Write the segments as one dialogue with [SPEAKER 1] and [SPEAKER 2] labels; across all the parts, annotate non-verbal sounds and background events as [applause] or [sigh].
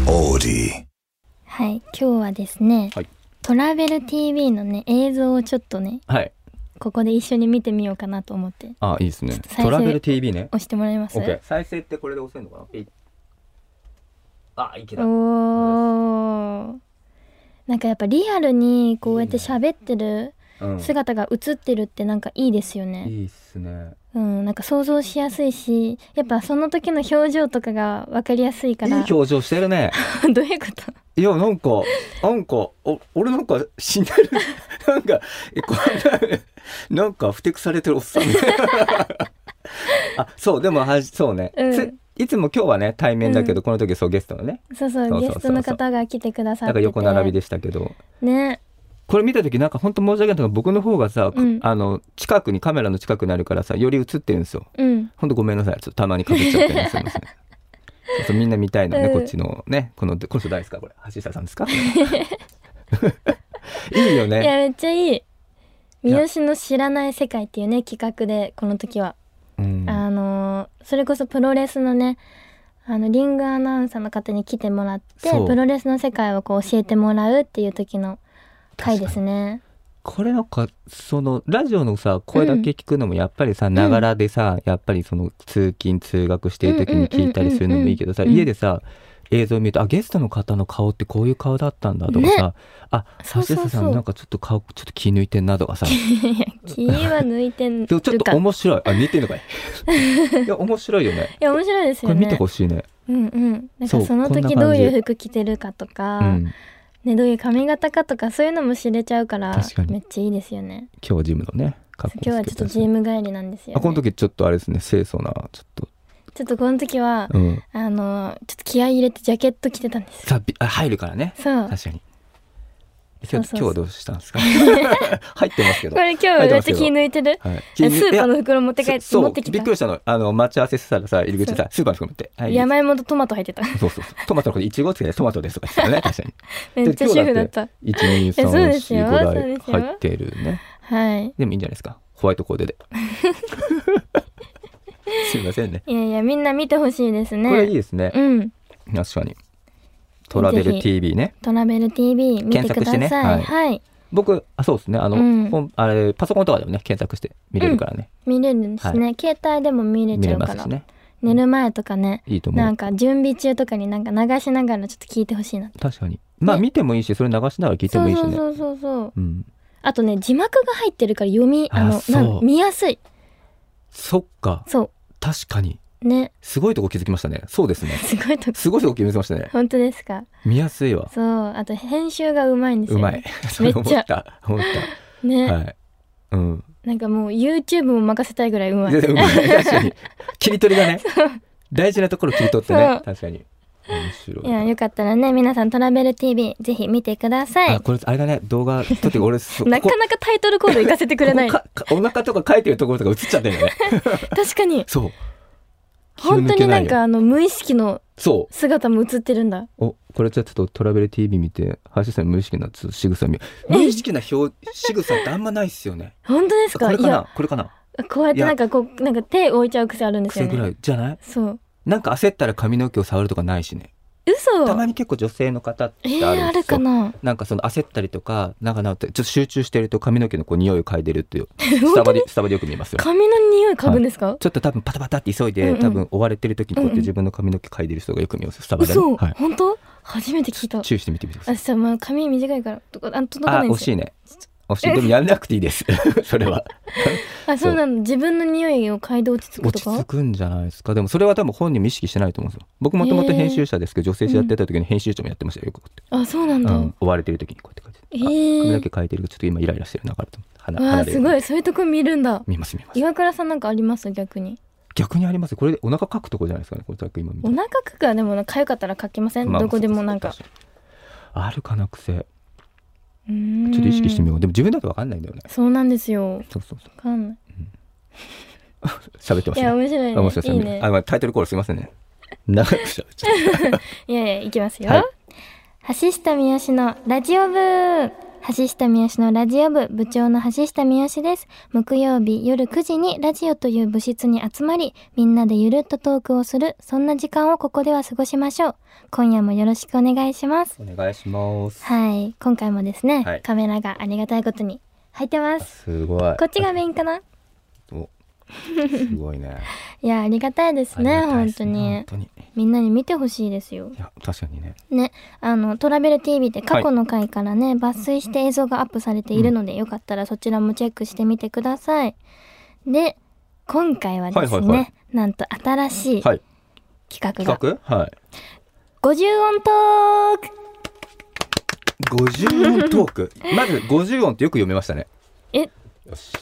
[SPEAKER 1] T
[SPEAKER 2] はい、今日はですね、
[SPEAKER 3] はい
[SPEAKER 2] トラベル TV のね映像をちょっとね
[SPEAKER 3] はい。
[SPEAKER 2] ここで一緒に見てみようかなと思って
[SPEAKER 3] あ、いいですね
[SPEAKER 2] 再。生
[SPEAKER 3] トラベル TV ね。
[SPEAKER 2] 押してもらえます
[SPEAKER 3] オッケー。再生ってこれで押せるのかなえいあ、いけた。
[SPEAKER 2] おーなんかやっぱリアルにこうやって喋ってる
[SPEAKER 3] うん
[SPEAKER 2] 姿が映ってるってなんかいいですよ
[SPEAKER 3] い
[SPEAKER 2] ね、
[SPEAKER 3] いっすね。
[SPEAKER 2] うん、なんか想像しやすいしやっぱその時の表情とかが分かりやすいか
[SPEAKER 3] いい
[SPEAKER 2] らど
[SPEAKER 3] 表情して
[SPEAKER 2] [laughs]
[SPEAKER 3] るね。
[SPEAKER 2] ういうこと
[SPEAKER 3] いや、なんか、なんか、お俺なんか死んで
[SPEAKER 2] [laughs]
[SPEAKER 3] る。なんか、えこんな、なんか、ふてくされてるおっさん
[SPEAKER 2] [laughs]
[SPEAKER 3] みたいな。あ、そう、でも、はじそうね、
[SPEAKER 2] うん
[SPEAKER 3] ついつも今日はね、対面だけど、この時そうゲストのね、
[SPEAKER 2] そうそう
[SPEAKER 3] そうそうそうそう
[SPEAKER 2] ゲストの方が来てくださっ
[SPEAKER 3] な
[SPEAKER 2] て
[SPEAKER 3] んか
[SPEAKER 2] て
[SPEAKER 3] 横並びでしたけど。
[SPEAKER 2] ね
[SPEAKER 3] これ見た時なんか本当申し訳ないのが僕の方がさ、く
[SPEAKER 2] うん
[SPEAKER 3] あの近くにカメラの近くにあるからさより映ってるんですよ
[SPEAKER 2] うん
[SPEAKER 3] 本当ごめんなさいちょっとたまにかぶっちゃっ
[SPEAKER 2] [laughs]
[SPEAKER 3] てねすいませんそうそうみんな見たいのね、
[SPEAKER 2] うん
[SPEAKER 3] こっちのねこのこの人誰ですかこれ橋下さんで
[SPEAKER 2] [laughs]
[SPEAKER 3] すか [laughs] いいよ
[SPEAKER 2] いや
[SPEAKER 3] ね、
[SPEAKER 2] めっちゃいい
[SPEAKER 3] いや
[SPEAKER 2] 三好の知らない世界っていうね企画でこの時は、
[SPEAKER 3] うん、
[SPEAKER 2] あのーそれこそプロレスのねあのリングアナウンサーの方に来てもらって
[SPEAKER 3] そう
[SPEAKER 2] プロレスの世界をこう教えてもらうっていう時の回です
[SPEAKER 3] [laughs]
[SPEAKER 2] ね
[SPEAKER 3] これなんかそのラジオのさ声だけ聞くのもやっぱりさながらでさ、やっぱりその通勤通学してる時に聞いたりするのもいいけどさ、
[SPEAKER 2] うんうんうんうん
[SPEAKER 3] 家でさ映像見るとあゲストの方の顔ってこういう顔だったんだとかさ、あ
[SPEAKER 2] そうそう
[SPEAKER 3] 橋
[SPEAKER 2] そう
[SPEAKER 3] 下さんなんかちょっと顔ちょっと気抜いてん
[SPEAKER 2] [laughs]
[SPEAKER 3] なとかさで
[SPEAKER 2] 気は抜いてる
[SPEAKER 3] もちょっと
[SPEAKER 2] かい
[SPEAKER 3] 面白いあ似てん
[SPEAKER 2] [laughs]
[SPEAKER 3] のかいいや面白いよね
[SPEAKER 2] や面白いです
[SPEAKER 3] こ
[SPEAKER 2] よ
[SPEAKER 3] れ
[SPEAKER 2] ね
[SPEAKER 3] 見てほしいね
[SPEAKER 2] うんうんなん
[SPEAKER 3] そ
[SPEAKER 2] か
[SPEAKER 3] う
[SPEAKER 2] その
[SPEAKER 3] こんな
[SPEAKER 2] 時
[SPEAKER 3] 感じ
[SPEAKER 2] どういう服着てるかとか、
[SPEAKER 3] うん
[SPEAKER 2] ね、どういう髪型かとかそういうのも知れちゃうから
[SPEAKER 3] 確かに
[SPEAKER 2] めっちゃいいですよね
[SPEAKER 3] 今日ジムのね格好
[SPEAKER 2] 今日はちょっとジ
[SPEAKER 3] ム
[SPEAKER 2] ム帰りなんですよ、ね、
[SPEAKER 3] あこの時ちょっとあれですね清楚なちょっと
[SPEAKER 2] ちょっとこの時は、
[SPEAKER 3] うん
[SPEAKER 2] あのちょっと気合い入れてジャケット着てたんです
[SPEAKER 3] さびあ入るからね
[SPEAKER 2] そう
[SPEAKER 3] 確かに。
[SPEAKER 2] そうそうそう
[SPEAKER 3] 今日今日はどうしたん
[SPEAKER 2] [laughs]
[SPEAKER 3] ですか。入ってますけど。
[SPEAKER 2] こ
[SPEAKER 3] はい。
[SPEAKER 2] れ今日めっちゃ気抜いてる
[SPEAKER 3] 気
[SPEAKER 2] え
[SPEAKER 3] に
[SPEAKER 2] スーパー
[SPEAKER 3] いや
[SPEAKER 2] の袋持って帰って
[SPEAKER 3] そう
[SPEAKER 2] 持ってき
[SPEAKER 3] びったくりしたの。あの待ち合わせしてたらさ入り口でさスーパーの袋持って。はい。
[SPEAKER 2] 山芋とトマト入ってた
[SPEAKER 3] そうそうそう。トマトのこれいちごつけてトマトですとか言ってたね確か
[SPEAKER 2] [laughs]
[SPEAKER 3] に。
[SPEAKER 2] めっちゃ主婦だった
[SPEAKER 3] 一二三
[SPEAKER 2] そうです
[SPEAKER 3] 四
[SPEAKER 2] よ
[SPEAKER 3] 五
[SPEAKER 2] そう
[SPEAKER 3] 台
[SPEAKER 2] ですよ
[SPEAKER 3] 入ってるね。
[SPEAKER 2] はい
[SPEAKER 3] でもいいんじゃないですか。ホワイトコーデで。
[SPEAKER 2] [laughs]
[SPEAKER 3] すいませんね。
[SPEAKER 2] いやいやみんな見てほしいですね
[SPEAKER 3] これいいですね。
[SPEAKER 2] うん
[SPEAKER 3] 確かに。トラベ
[SPEAKER 2] ぜ
[SPEAKER 3] ル
[SPEAKER 2] ひ
[SPEAKER 3] TV ね。
[SPEAKER 2] トラベル TV 見てく
[SPEAKER 3] 検索
[SPEAKER 2] だ
[SPEAKER 3] し
[SPEAKER 2] さ
[SPEAKER 3] て
[SPEAKER 2] い、は、
[SPEAKER 3] ねはいい僕あそうですね。あの、
[SPEAKER 2] うん
[SPEAKER 3] ほんあれパソコンとかでもね検索して見れるからね。
[SPEAKER 2] 見れるんですね、携帯でも見れ
[SPEAKER 3] 見
[SPEAKER 2] ちゃ
[SPEAKER 3] れ
[SPEAKER 2] う
[SPEAKER 3] ま
[SPEAKER 2] か
[SPEAKER 3] す
[SPEAKER 2] ら、
[SPEAKER 3] しね。
[SPEAKER 2] 寝る前とかね
[SPEAKER 3] いいと思う。
[SPEAKER 2] なんか準備中とかになんか流しながらちょっと聞いてほしいな
[SPEAKER 3] 確かにまあ
[SPEAKER 2] ね
[SPEAKER 3] 見てもいいしそれ流しながら聞いて
[SPEAKER 2] そ
[SPEAKER 3] も
[SPEAKER 2] う
[SPEAKER 3] いいし
[SPEAKER 2] そう
[SPEAKER 3] ね
[SPEAKER 2] そうそうそう
[SPEAKER 3] うん
[SPEAKER 2] あとね字幕が入ってるから読みあの
[SPEAKER 3] あそう
[SPEAKER 2] なん見やすい
[SPEAKER 3] そっか
[SPEAKER 2] そ
[SPEAKER 3] 確かに
[SPEAKER 2] うね
[SPEAKER 3] すごいとこ気づきましたねそうですね
[SPEAKER 2] [laughs] すごいとこ
[SPEAKER 3] すごいとこ気づきましたね
[SPEAKER 2] 本当ですか
[SPEAKER 3] 見やすいわ
[SPEAKER 2] そうあと編集がうまいんですよ
[SPEAKER 3] うまいそ [laughs] れ思った思っ
[SPEAKER 2] ね、
[SPEAKER 3] たはいうん
[SPEAKER 2] なんかもう YouTube も任せたいぐらいうま
[SPEAKER 3] 全
[SPEAKER 2] い
[SPEAKER 3] 然うまい確 [laughs] かに切り取りがね大事なところ切り取って
[SPEAKER 2] そ
[SPEAKER 3] ね
[SPEAKER 2] う
[SPEAKER 3] 確かに面白
[SPEAKER 2] いや
[SPEAKER 3] い
[SPEAKER 2] よかったらね皆さんトラベル TV ぜひ見てください
[SPEAKER 3] あこれあれだね動画撮って [laughs] 俺そう
[SPEAKER 2] な
[SPEAKER 3] こ
[SPEAKER 2] か
[SPEAKER 3] こ
[SPEAKER 2] なかタイトルコールいかせてくれない
[SPEAKER 3] ここかかお腹とか書いてるところとか映っちゃってるよね
[SPEAKER 2] 確か
[SPEAKER 3] [laughs]
[SPEAKER 2] に
[SPEAKER 3] そう気を
[SPEAKER 2] 本当
[SPEAKER 3] 抜け
[SPEAKER 2] に
[SPEAKER 3] な
[SPEAKER 2] ないん
[SPEAKER 3] よ
[SPEAKER 2] かあの無意識の
[SPEAKER 3] そう
[SPEAKER 2] 姿も映ってるんだ
[SPEAKER 3] おこれじゃあちょっとトラベル TV 見て林さん無意識なつ仕草見無意識な表仕草ってあんまないっす
[SPEAKER 2] [laughs]
[SPEAKER 3] よね
[SPEAKER 2] 本当です
[SPEAKER 3] こ
[SPEAKER 2] か
[SPEAKER 3] れ
[SPEAKER 2] い
[SPEAKER 3] かな
[SPEAKER 2] や
[SPEAKER 3] これかな
[SPEAKER 2] こうやってい
[SPEAKER 3] や
[SPEAKER 2] なんかこうなんか手置いちゃう癖あるんです
[SPEAKER 3] 癖
[SPEAKER 2] よ
[SPEAKER 3] ぐら
[SPEAKER 2] ね
[SPEAKER 3] いじゃない
[SPEAKER 2] そう
[SPEAKER 3] なんか焦ったら髪の毛を触るとかないしね
[SPEAKER 2] 嘘
[SPEAKER 3] たまに結構女性の方っ
[SPEAKER 2] え
[SPEAKER 3] てある
[SPEAKER 2] ー、あ
[SPEAKER 3] んで
[SPEAKER 2] る
[SPEAKER 3] すよ
[SPEAKER 2] かな
[SPEAKER 3] なんかその焦ったりとかなんかなんかちょっと集中してると髪の毛のこう匂いを嗅いでるっていうスタバでスタバでよく見ますよ
[SPEAKER 2] 髪の匂い嗅ぐんですか、
[SPEAKER 3] ちょっと多分パタパタって急いで、
[SPEAKER 2] うんうん
[SPEAKER 3] 多分追われてる時にこうやっ
[SPEAKER 2] うんう
[SPEAKER 3] て
[SPEAKER 2] ん
[SPEAKER 3] 自分の髪の毛嗅いでる人がよく見ますスタバでね、
[SPEAKER 2] 嘘、
[SPEAKER 3] はい、
[SPEAKER 2] 本当初めて聞いた
[SPEAKER 3] 注意してみてみてください
[SPEAKER 2] あさまあ髪短いからとかあ届か
[SPEAKER 3] あ
[SPEAKER 2] ないん
[SPEAKER 3] 惜
[SPEAKER 2] です
[SPEAKER 3] し
[SPEAKER 2] よ
[SPEAKER 3] いね惜しいでもやんなくていいです [laughs] それは
[SPEAKER 2] あそうなの自分の匂いを嗅いで落ち着く
[SPEAKER 3] 落
[SPEAKER 2] と
[SPEAKER 3] ち着
[SPEAKER 2] か
[SPEAKER 3] くんじゃないですかでもそれは多分本人も意識してないと思うんですよ僕もともと
[SPEAKER 2] へー
[SPEAKER 3] 編集者ですけど女性誌やってた時に編集長もやってましたよよくこうや
[SPEAKER 2] あそうなんだ、
[SPEAKER 3] って、うん、追われてる時にこうやって書いて、あ
[SPEAKER 2] へー
[SPEAKER 3] 髪の毛書いてるけどちょっと今イライラしてるなからと鼻
[SPEAKER 2] わあ
[SPEAKER 3] 鼻です
[SPEAKER 2] ごいそういうとこ見るんだ
[SPEAKER 3] 見ます見ます
[SPEAKER 2] 岩倉さんなんかあります逆に
[SPEAKER 3] 逆にありますよこれでお腹かくとこじゃないですかねこれさっき今見
[SPEAKER 2] お
[SPEAKER 3] た
[SPEAKER 2] 腹かくはでもかゆかったらかきません、
[SPEAKER 3] まあ
[SPEAKER 2] どこでもなんか
[SPEAKER 3] そうそうそうあるかな癖
[SPEAKER 2] うーん
[SPEAKER 3] ちょっと意識してみようでも自分だと分かんないんだよね
[SPEAKER 2] そうなんですよ
[SPEAKER 3] そうそうそう
[SPEAKER 2] わかんない
[SPEAKER 3] 喋ってま
[SPEAKER 2] い
[SPEAKER 3] す
[SPEAKER 2] や
[SPEAKER 3] ね
[SPEAKER 2] 面白い
[SPEAKER 3] あ面白
[SPEAKER 2] ねいい
[SPEAKER 3] いです
[SPEAKER 2] ね
[SPEAKER 3] あまあタイトルコールすいませんね長く喋っちゃった
[SPEAKER 2] いやいやいきますよ、
[SPEAKER 3] はい
[SPEAKER 2] 橋下三好のラジオ部橋下三好のラジオ部部長の橋下三好です。木曜日夜9時にラジオという部室に集まり、みんなでゆるっとトークをする、そんな時間をここでは過ごしましょう。今夜もよろしくお願いします。
[SPEAKER 3] お願いします。
[SPEAKER 2] はい、今回もですね、
[SPEAKER 3] はい
[SPEAKER 2] カメラがありがたいことに入ってます。
[SPEAKER 3] すごい。
[SPEAKER 2] こっちがメインかな
[SPEAKER 3] お。すごいね。
[SPEAKER 2] いや、ありがたいですね、
[SPEAKER 3] ありがたい
[SPEAKER 2] 本
[SPEAKER 3] です
[SPEAKER 2] 当に
[SPEAKER 3] 本。当に。
[SPEAKER 2] みんなに見てほしいですよ。
[SPEAKER 3] いや、確かにね。
[SPEAKER 2] ね、あの、トラベル TV で過去の回からね、抜粋して映像がアップされているので、よかったらそちらもチェックしてみてください。で、今回はですね、
[SPEAKER 3] はいはいはい
[SPEAKER 2] なんと新しい
[SPEAKER 3] はい。
[SPEAKER 2] 企画が、
[SPEAKER 3] 企画はい。
[SPEAKER 2] 50音トーク
[SPEAKER 3] 50音ト
[SPEAKER 2] [laughs]
[SPEAKER 3] ーク。まず50音ってよく読めましたね。
[SPEAKER 2] え、
[SPEAKER 3] よし。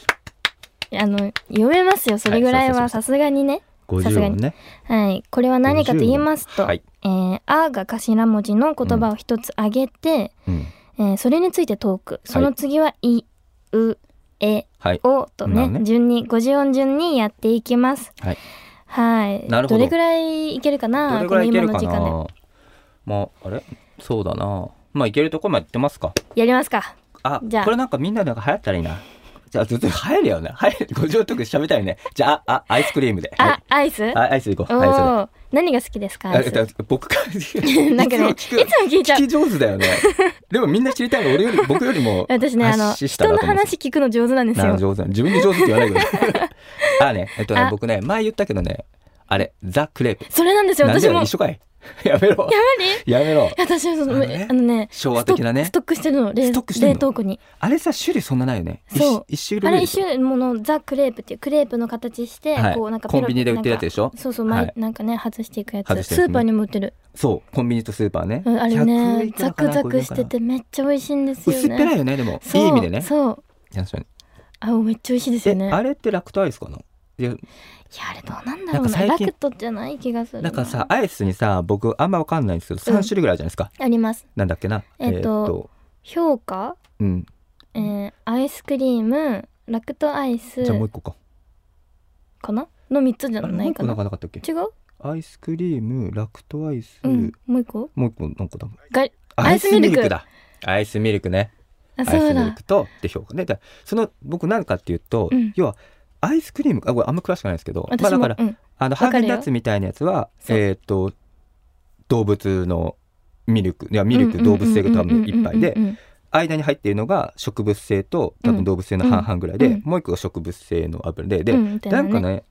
[SPEAKER 2] あの、読めますよ、それぐらい
[SPEAKER 3] は
[SPEAKER 2] はい
[SPEAKER 3] そ
[SPEAKER 2] さ
[SPEAKER 3] う
[SPEAKER 2] すがにね。さす
[SPEAKER 3] 50
[SPEAKER 2] が
[SPEAKER 3] 音
[SPEAKER 2] に
[SPEAKER 3] ね。
[SPEAKER 2] はい、これは何かと言います
[SPEAKER 3] 50
[SPEAKER 2] と、
[SPEAKER 3] 音はい
[SPEAKER 2] えー、あが頭文字の言葉を一つ挙げて、
[SPEAKER 3] うん。
[SPEAKER 2] えーそれについてトーク。その次は、い、う、え、
[SPEAKER 3] はい。
[SPEAKER 2] をと
[SPEAKER 3] な
[SPEAKER 2] ね
[SPEAKER 3] るね
[SPEAKER 2] 順に50音順にやっていきます。
[SPEAKER 3] はい。
[SPEAKER 2] はい。
[SPEAKER 3] なるほど
[SPEAKER 2] れぐらいいけるかな
[SPEAKER 3] どれぐらいいけるか
[SPEAKER 2] この今の時間
[SPEAKER 3] な。まあ、あれそうだな。まあ、いけるとこまで行ってますか。
[SPEAKER 2] で。やりますか。
[SPEAKER 3] あ、
[SPEAKER 2] じゃあ
[SPEAKER 3] これなんかみんななんか流行ったらいいな。じゃあ、ちょっと流行るよ [laughs] ね。流行る。50音トーク喋ったよね。じゃあ、あ、あアイスクリームで。
[SPEAKER 2] あ、
[SPEAKER 3] はい
[SPEAKER 2] アイス
[SPEAKER 3] あアイス行こ
[SPEAKER 2] お
[SPEAKER 3] う。アイスで。
[SPEAKER 2] お。何が好きですかア
[SPEAKER 3] あ
[SPEAKER 2] イス
[SPEAKER 3] だ僕からいつも
[SPEAKER 2] [laughs] なんかね、いつ
[SPEAKER 3] 聞
[SPEAKER 2] も
[SPEAKER 3] く
[SPEAKER 2] 聞いちゃう
[SPEAKER 3] 聞き。上手だ
[SPEAKER 2] [laughs]
[SPEAKER 3] よね。でもみんな知りたいの俺より僕よりも
[SPEAKER 2] 私ね、あの、
[SPEAKER 3] 発信し
[SPEAKER 2] 人
[SPEAKER 3] たな
[SPEAKER 2] の
[SPEAKER 3] と思って
[SPEAKER 2] 話聞くの上手なんです
[SPEAKER 3] な
[SPEAKER 2] よ
[SPEAKER 3] あ。上手だ自分で上手って言わないけ
[SPEAKER 2] [laughs]
[SPEAKER 3] ど。あね、えっとね
[SPEAKER 2] あ
[SPEAKER 3] 僕ね前言ったけどねあれザクレープ。
[SPEAKER 2] それなんですよ、
[SPEAKER 3] なん
[SPEAKER 2] 私
[SPEAKER 3] で
[SPEAKER 2] も。
[SPEAKER 3] よ
[SPEAKER 2] や
[SPEAKER 3] 一緒かい。 [laughs] やめろ。やめろ。
[SPEAKER 2] ばり私はその、
[SPEAKER 3] あ
[SPEAKER 2] あの
[SPEAKER 3] のね
[SPEAKER 2] ね、
[SPEAKER 3] 昭和的なね
[SPEAKER 2] ストックストックしてるの、冷
[SPEAKER 3] ストックしてんの
[SPEAKER 2] 冷凍庫に。
[SPEAKER 3] あれさ種類そんなないよね。一
[SPEAKER 2] そう
[SPEAKER 3] 一種類
[SPEAKER 2] あ
[SPEAKER 3] ぐ
[SPEAKER 2] れ
[SPEAKER 3] らいで
[SPEAKER 2] 一
[SPEAKER 3] しょ。
[SPEAKER 2] 種ものザ・クレープっていうクレープの形して、
[SPEAKER 3] はい
[SPEAKER 2] こうなんか
[SPEAKER 3] コンビニで売ってるやつでしょ
[SPEAKER 2] なんかそうそう、まい
[SPEAKER 3] はい
[SPEAKER 2] なんかね外していくやつ
[SPEAKER 3] 外して
[SPEAKER 2] ス
[SPEAKER 3] るやつね
[SPEAKER 2] ーパーにも売ってる、
[SPEAKER 3] そうコンビニとスーパーね。
[SPEAKER 2] うん、あれ
[SPEAKER 3] 100
[SPEAKER 2] ね
[SPEAKER 3] いく
[SPEAKER 2] ザ
[SPEAKER 3] らか
[SPEAKER 2] ク
[SPEAKER 3] な
[SPEAKER 2] ザクして。てめっちゃ美味しいんです
[SPEAKER 3] こ
[SPEAKER 2] よ
[SPEAKER 3] れ
[SPEAKER 2] ね
[SPEAKER 3] 薄っぺらいよねでもい
[SPEAKER 2] そう
[SPEAKER 3] い意味でね。
[SPEAKER 2] そう
[SPEAKER 3] 確かに
[SPEAKER 2] あ美味しいですよねい
[SPEAKER 3] え
[SPEAKER 2] や
[SPEAKER 3] あれってラクトアイスかないや
[SPEAKER 2] あれどうなんだろう
[SPEAKER 3] なんか
[SPEAKER 2] な
[SPEAKER 3] 最
[SPEAKER 2] ラ
[SPEAKER 3] 近
[SPEAKER 2] クトじゃない気がする
[SPEAKER 3] なんかさアイスにさ僕あんまわかんないんですけど
[SPEAKER 2] うん
[SPEAKER 3] 3種類ぐらいあるじゃないですか、
[SPEAKER 2] あります
[SPEAKER 3] なんだっけな
[SPEAKER 2] えっと
[SPEAKER 3] ー
[SPEAKER 2] 評価、
[SPEAKER 3] うん
[SPEAKER 2] えー、アイスクリームラクトアイス
[SPEAKER 3] じゃあもう一個か
[SPEAKER 2] かなの三つじゃ
[SPEAKER 3] あれ
[SPEAKER 2] な
[SPEAKER 3] もう
[SPEAKER 2] い
[SPEAKER 3] 一
[SPEAKER 2] か
[SPEAKER 3] 個
[SPEAKER 2] な
[SPEAKER 3] な
[SPEAKER 2] ん
[SPEAKER 3] かなかったっけ
[SPEAKER 2] 違う
[SPEAKER 3] アイスクリームラクトアイス、
[SPEAKER 2] うんもう一個
[SPEAKER 3] もう一個なんかだ
[SPEAKER 2] がアイスミルク
[SPEAKER 3] だアイスミルクね
[SPEAKER 2] あ
[SPEAKER 3] アイ
[SPEAKER 2] そう
[SPEAKER 3] スミル
[SPEAKER 2] だ
[SPEAKER 3] クとで評価ねだその僕なんかっていうと、
[SPEAKER 2] うん
[SPEAKER 3] 要はアイスクリームあこれあんま詳しくないですけど
[SPEAKER 2] 私も、
[SPEAKER 3] まあ、だから
[SPEAKER 2] うん、
[SPEAKER 3] あの
[SPEAKER 2] か
[SPEAKER 3] ハ
[SPEAKER 2] るよ
[SPEAKER 3] ーゲンダッツみたいなやつは
[SPEAKER 2] そう
[SPEAKER 3] えーっと動物のミルクいやミルク動物性が多分いっぱいで
[SPEAKER 2] うんうんうんうんうんうん
[SPEAKER 3] 間に入っているのが植物性と多分動物性の半々ぐらいで、
[SPEAKER 2] うんうん
[SPEAKER 3] もう一個が植物性の油でで、
[SPEAKER 2] うんみたい
[SPEAKER 3] な
[SPEAKER 2] なんね
[SPEAKER 3] かね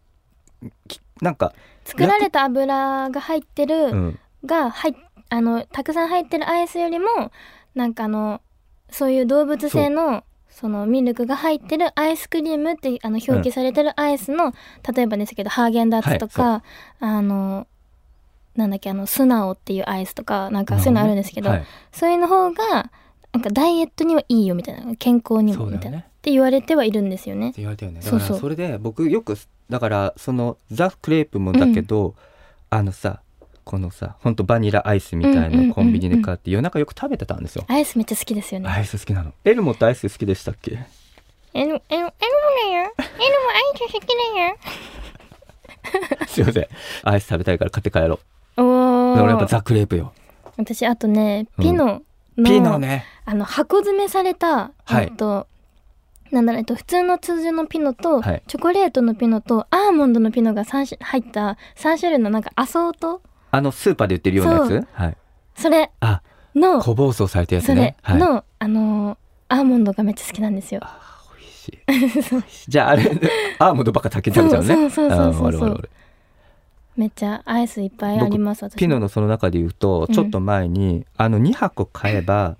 [SPEAKER 3] きなんか、
[SPEAKER 2] 作られた油が入ってる、
[SPEAKER 3] うん、
[SPEAKER 2] が入っあのたくさん入ってるアイスよりもなんかあのそういう動物性のそのミルクが入ってるアイスクリームってあの表記されてるアイスの、例えばですけどハーゲンダッツとか、あのなんだっけあのスナオっていうアイスとかなんかそういうのあるんですけど、
[SPEAKER 3] はい
[SPEAKER 2] そういうの方がなんかダイエットにはいいよみたいな健康に
[SPEAKER 3] そ
[SPEAKER 2] も
[SPEAKER 3] う
[SPEAKER 2] み
[SPEAKER 3] だよ
[SPEAKER 2] たいな、
[SPEAKER 3] ねっ
[SPEAKER 2] って言われてはいるんですよね。
[SPEAKER 3] て言われたよねだから
[SPEAKER 2] そうそう
[SPEAKER 3] それで僕よくだからそのザ・クレープもだけど、あのさこのさほんとバニラアイスみた
[SPEAKER 2] う
[SPEAKER 3] い
[SPEAKER 2] んうんうんうん
[SPEAKER 3] なコンビニで買って夜中よく食べてたんですよ、
[SPEAKER 2] アイスめっちゃ好きですよね。
[SPEAKER 3] アイス好きなのエルモってアイス好きでしたっけ
[SPEAKER 2] えのえのえのもだよ。えのもアイス好きだよ。
[SPEAKER 3] すいませんアイス食べたいから買って帰ろう
[SPEAKER 2] おお。
[SPEAKER 3] 俺やっぱザ・クレープよ
[SPEAKER 2] 私あとね
[SPEAKER 3] うん
[SPEAKER 2] ピノの,、
[SPEAKER 3] ピノね
[SPEAKER 2] あの箱詰めされた、
[SPEAKER 3] はい
[SPEAKER 2] えっとなんだろうえっと普通の通常のピノと、
[SPEAKER 3] はい
[SPEAKER 2] チョコレートのピノとアーモンドのピノが三種入った3種類のなんかアソート
[SPEAKER 3] あのスーパーで売ってるようなや
[SPEAKER 2] そ
[SPEAKER 3] つはい
[SPEAKER 2] それ
[SPEAKER 3] あ
[SPEAKER 2] の、
[SPEAKER 3] 小包装されたやつ
[SPEAKER 2] それ
[SPEAKER 3] ね。はい。
[SPEAKER 2] の、あのーアーモンドがめっちゃ好きなんですよ。
[SPEAKER 3] あー美味しい。美味しいじゃああれアーモンドばっか先に食べちゃうね。
[SPEAKER 2] そうそうそうそうそう
[SPEAKER 3] あー悪い悪い悪い
[SPEAKER 2] めっちゃアイスいっぱいあります私
[SPEAKER 3] ピノのその中で言うと
[SPEAKER 2] うん
[SPEAKER 3] ちょっと前に、あの2箱買えば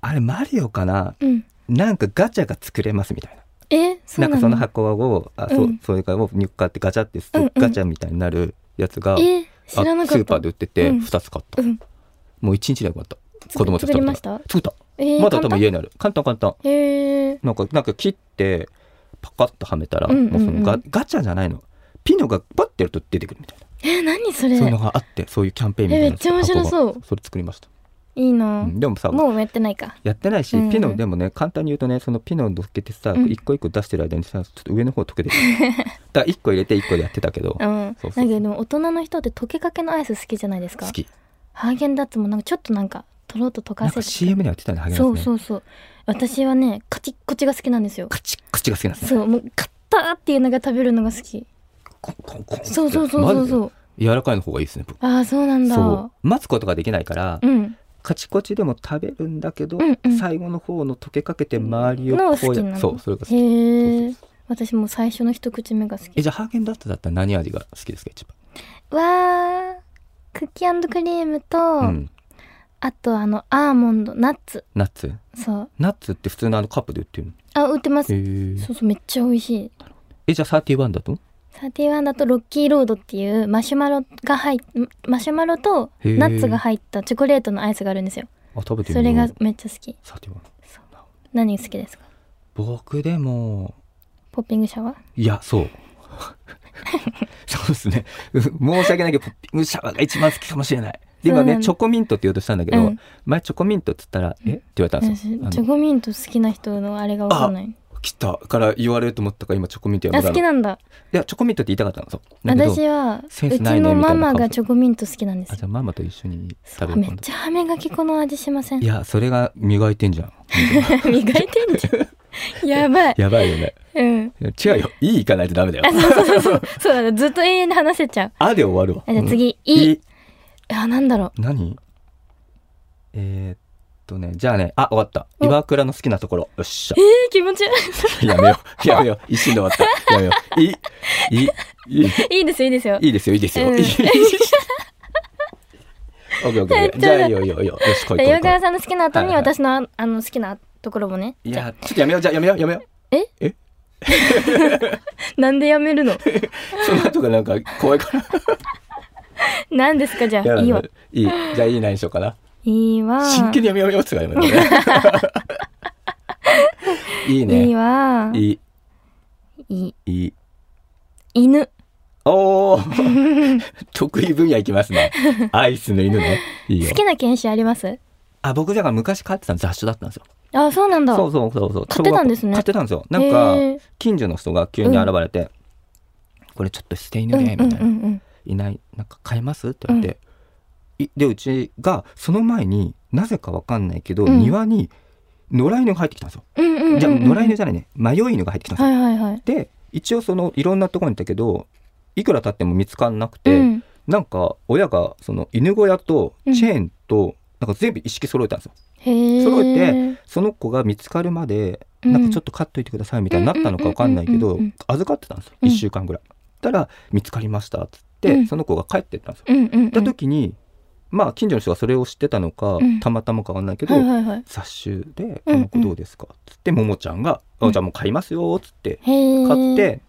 [SPEAKER 3] あれマリオかな
[SPEAKER 2] うん
[SPEAKER 3] なんかガチャが作れますみたいな。
[SPEAKER 2] えそうな
[SPEAKER 3] な
[SPEAKER 2] んの
[SPEAKER 3] かその箱をあそう、
[SPEAKER 2] うん
[SPEAKER 3] それからを入荷買ってガチャってすると
[SPEAKER 2] うんうん
[SPEAKER 3] ガチャみたいになるやつが、
[SPEAKER 2] え知
[SPEAKER 3] あ
[SPEAKER 2] らなかった
[SPEAKER 3] スーパーで売ってて
[SPEAKER 2] うん
[SPEAKER 3] 2つ買った。
[SPEAKER 2] うん
[SPEAKER 3] もう1日でよかった。子供たち
[SPEAKER 2] 作り
[SPEAKER 3] 食べ
[SPEAKER 2] ま
[SPEAKER 3] た
[SPEAKER 2] し
[SPEAKER 3] か
[SPEAKER 2] た
[SPEAKER 3] ら。作った。
[SPEAKER 2] えー、
[SPEAKER 3] まだ多
[SPEAKER 2] 簡
[SPEAKER 3] 分
[SPEAKER 2] 単
[SPEAKER 3] 家にある。簡単簡単。
[SPEAKER 2] えー、
[SPEAKER 3] なんか、なんか切って、パカッとはめたら、
[SPEAKER 2] うんうんうん
[SPEAKER 3] もうそのガガチャじゃないの。ピノがバッてやると出てくるみたいな。
[SPEAKER 2] え何それ
[SPEAKER 3] そういうのがあって、そういうキャンペーンみたいなのが。
[SPEAKER 2] えめっちゃ面白そう
[SPEAKER 3] 箱がそれ作りました。
[SPEAKER 2] いいな、
[SPEAKER 3] うんでもさ、
[SPEAKER 2] もうやってないか
[SPEAKER 3] やってないし、
[SPEAKER 2] うんうん
[SPEAKER 3] ピノでもね、簡単に言うとね、そのピノを乗っけてさ、
[SPEAKER 2] うん
[SPEAKER 3] 一個一個出してる間にさ、ちょっと上の方溶けてく
[SPEAKER 2] [laughs]
[SPEAKER 3] る。だから一個入れて一個でやってたけど
[SPEAKER 2] う、ん
[SPEAKER 3] そうそうそう
[SPEAKER 2] なんかでも大人の人って溶けかけのアイス好きじゃないですか
[SPEAKER 3] 好き。
[SPEAKER 2] ハーゲンダッツもなんかちょっとなんかとろっと溶か
[SPEAKER 3] なん
[SPEAKER 2] せ
[SPEAKER 3] か
[SPEAKER 2] て
[SPEAKER 3] CM でやってたね、ハゲナス
[SPEAKER 2] そ
[SPEAKER 3] ね。
[SPEAKER 2] うそうそう私はねカチッコチが好きなんですよ
[SPEAKER 3] カチッカチが好きなんですね。
[SPEAKER 2] そうもうカッターっていうのが食べるのが好き
[SPEAKER 3] コンコンコンって
[SPEAKER 2] そうそうそうそう
[SPEAKER 3] ま
[SPEAKER 2] そう
[SPEAKER 3] ず柔らかいの方がいいですね。僕
[SPEAKER 2] ああそうなんだ
[SPEAKER 3] そう。待つことができないから、
[SPEAKER 2] うん
[SPEAKER 3] カチコチでも食べるんだけど、
[SPEAKER 2] うんうん
[SPEAKER 3] 最後の方の溶けかけて周りを
[SPEAKER 2] のを
[SPEAKER 3] こ
[SPEAKER 2] 好
[SPEAKER 3] う
[SPEAKER 2] き
[SPEAKER 3] や
[SPEAKER 2] なの
[SPEAKER 3] そう、それが好き。
[SPEAKER 2] へ
[SPEAKER 3] そうそう
[SPEAKER 2] え私もう最初の一口目が好き
[SPEAKER 3] え、じゃあハーゲンダッツだったら何味が好きですか、一番。
[SPEAKER 2] わークッキークリームと、
[SPEAKER 3] うん。
[SPEAKER 2] あとあのアーモンドナッツ
[SPEAKER 3] ナッツ
[SPEAKER 2] そう
[SPEAKER 3] ナッツって普通のあのカップで売ってるの
[SPEAKER 2] あ売ってます
[SPEAKER 3] へえ。
[SPEAKER 2] そうそうめっちゃ美味しい
[SPEAKER 3] え、じゃあ31だと
[SPEAKER 2] サーティワンだとロッキーロードっていうマシュマロが入っマシュマロと
[SPEAKER 3] へー
[SPEAKER 2] ナッツが入ったチョコレートのアイスがあるんですよ
[SPEAKER 3] あ、食べてみよ
[SPEAKER 2] そうれがめっちゃ好き
[SPEAKER 3] 31。
[SPEAKER 2] 何好きですか
[SPEAKER 3] 僕でも、
[SPEAKER 2] ポッピングシャワー
[SPEAKER 3] いや、
[SPEAKER 2] [laughs]
[SPEAKER 3] そう。そうですね。う申し訳ないけど、ポッピングシャワーが一番好きかもしれない。で今
[SPEAKER 2] そうな
[SPEAKER 3] ね、
[SPEAKER 2] んだ
[SPEAKER 3] チョコミントって言おうとしたんだけど、
[SPEAKER 2] うん
[SPEAKER 3] 前チョコミントっつったら、えって言われたんです
[SPEAKER 2] 私
[SPEAKER 3] よ。あの
[SPEAKER 2] チョコミント好きな人のあれがわかんない
[SPEAKER 3] 来たから言われると思ったから、今チョコミントや
[SPEAKER 2] あ
[SPEAKER 3] め
[SPEAKER 2] 好
[SPEAKER 3] たの。
[SPEAKER 2] き
[SPEAKER 3] い
[SPEAKER 2] なんだ
[SPEAKER 3] や、チョコミントって言いたかったの、そう。だけど
[SPEAKER 2] 私はう
[SPEAKER 3] セ
[SPEAKER 2] ち
[SPEAKER 3] ンスないね
[SPEAKER 2] のママ
[SPEAKER 3] みたいな顔
[SPEAKER 2] が
[SPEAKER 3] して
[SPEAKER 2] チョコミント好きなんです
[SPEAKER 3] あ、じ
[SPEAKER 2] よ
[SPEAKER 3] ゃあママと一緒に食べる
[SPEAKER 2] めっ
[SPEAKER 3] 今度
[SPEAKER 2] ちゃ歯磨き粉の味しません [laughs]
[SPEAKER 3] い
[SPEAKER 2] 磨
[SPEAKER 3] や、それが磨いてんじゃん。
[SPEAKER 2] いてんじゃんやばい
[SPEAKER 3] やばいよね。
[SPEAKER 2] うん
[SPEAKER 3] 違うよ。いい行かないとダメだよ。
[SPEAKER 2] そうなんだずっと永遠に話せちゃう
[SPEAKER 3] あで終わるわ。
[SPEAKER 2] あじゃあ次
[SPEAKER 3] うん。
[SPEAKER 2] い
[SPEAKER 3] い
[SPEAKER 2] いあなんだろう
[SPEAKER 3] 何えーっとね、じゃあね、あ、終わった。
[SPEAKER 2] お
[SPEAKER 3] 岩倉の好きなところ。よっしゃ
[SPEAKER 2] え。ー気持ち悪い
[SPEAKER 3] やめよ
[SPEAKER 2] [laughs]
[SPEAKER 3] う。やめよう。一瞬で終わった。やめよう。いい、いい、
[SPEAKER 2] いいですいいですよ。
[SPEAKER 3] いいですよ、いいですよ。
[SPEAKER 2] うん
[SPEAKER 3] いいオッケーオッケーオッケー。じゃあいいよいいよいいよ。よし、来い来い
[SPEAKER 2] 岩
[SPEAKER 3] 来
[SPEAKER 2] 倉
[SPEAKER 3] い。
[SPEAKER 2] さんの好きな後
[SPEAKER 3] はい
[SPEAKER 2] に
[SPEAKER 3] はい
[SPEAKER 2] 私のああの好きなところもね。 [laughs]
[SPEAKER 3] いや、ちょっとやめよう。じゃあやめよう、やめよ
[SPEAKER 2] え
[SPEAKER 3] え
[SPEAKER 2] なんでやめ
[SPEAKER 3] [laughs]
[SPEAKER 2] るの
[SPEAKER 3] う。その後がなんか怖いから。
[SPEAKER 2] なんですかじゃ
[SPEAKER 3] や
[SPEAKER 2] あ
[SPEAKER 3] だ
[SPEAKER 2] いいわ。。
[SPEAKER 3] いい。じゃあいい何しようかな。
[SPEAKER 2] いいわ。
[SPEAKER 3] 真剣にやめようやめようっつうからや
[SPEAKER 2] [laughs]
[SPEAKER 3] めようね。いい
[SPEAKER 2] いい
[SPEAKER 3] ね。
[SPEAKER 2] わ。
[SPEAKER 3] いい、
[SPEAKER 2] いい
[SPEAKER 3] いい。
[SPEAKER 2] 犬。
[SPEAKER 3] おー [laughs] 得意分野いきますね。アイスの犬ね。いいよ
[SPEAKER 2] 好。きな犬種あります
[SPEAKER 3] あ、僕だから昔飼ってたの雑種だったんですよ。
[SPEAKER 2] あそうなんだ。
[SPEAKER 3] そうそうそうそう。
[SPEAKER 2] 買ってたんですね
[SPEAKER 3] 買ってたんですよ。なんか
[SPEAKER 2] へー
[SPEAKER 3] 近所の人が急に現れて、これちょっと捨て犬
[SPEAKER 2] うん
[SPEAKER 3] で
[SPEAKER 2] うん
[SPEAKER 3] みたいな、
[SPEAKER 2] うんうん。
[SPEAKER 3] いないなんか買えますって言われて、いでうちがその前になぜかわかんないけど、
[SPEAKER 2] うん
[SPEAKER 3] 庭に野良犬が入ってきたんですよ。
[SPEAKER 2] うんうんうんうん。
[SPEAKER 3] じゃあ野良犬じゃないね迷い犬が入ってきたんですよ。
[SPEAKER 2] はいはいはい。
[SPEAKER 3] で一応そのいろんなところにいたけどいくら経っても見つかんなくて、
[SPEAKER 2] うん
[SPEAKER 3] なんか親がその犬小屋とチェーンとなんか全部一式揃えたんですよ。
[SPEAKER 2] へえ。
[SPEAKER 3] 揃えてその子が見つかるまで
[SPEAKER 2] うん
[SPEAKER 3] なんかちょっと飼っといてくださいみたいになったのかわかんないけ
[SPEAKER 2] うんうんう
[SPEAKER 3] ど
[SPEAKER 2] んうん
[SPEAKER 3] 預かってたんですよ
[SPEAKER 2] うん
[SPEAKER 3] 1週間ぐらい。たら見つかりましたっつっ
[SPEAKER 2] う
[SPEAKER 3] て
[SPEAKER 2] ん
[SPEAKER 3] その子が帰ってったんですよ。
[SPEAKER 2] うんうんうん。
[SPEAKER 3] 行った時にまあ近所の人がそれを知ってたのか
[SPEAKER 2] うん
[SPEAKER 3] たまたまかわかんないけど
[SPEAKER 2] はいはいはい。
[SPEAKER 3] 雑種で「
[SPEAKER 2] う
[SPEAKER 3] こ
[SPEAKER 2] んうん
[SPEAKER 3] の子どうですか?」っつってももちゃんが「
[SPEAKER 2] う
[SPEAKER 3] あ
[SPEAKER 2] ん
[SPEAKER 3] じゃあもう買いますよ」っつって
[SPEAKER 2] へえ。
[SPEAKER 3] 買っ。て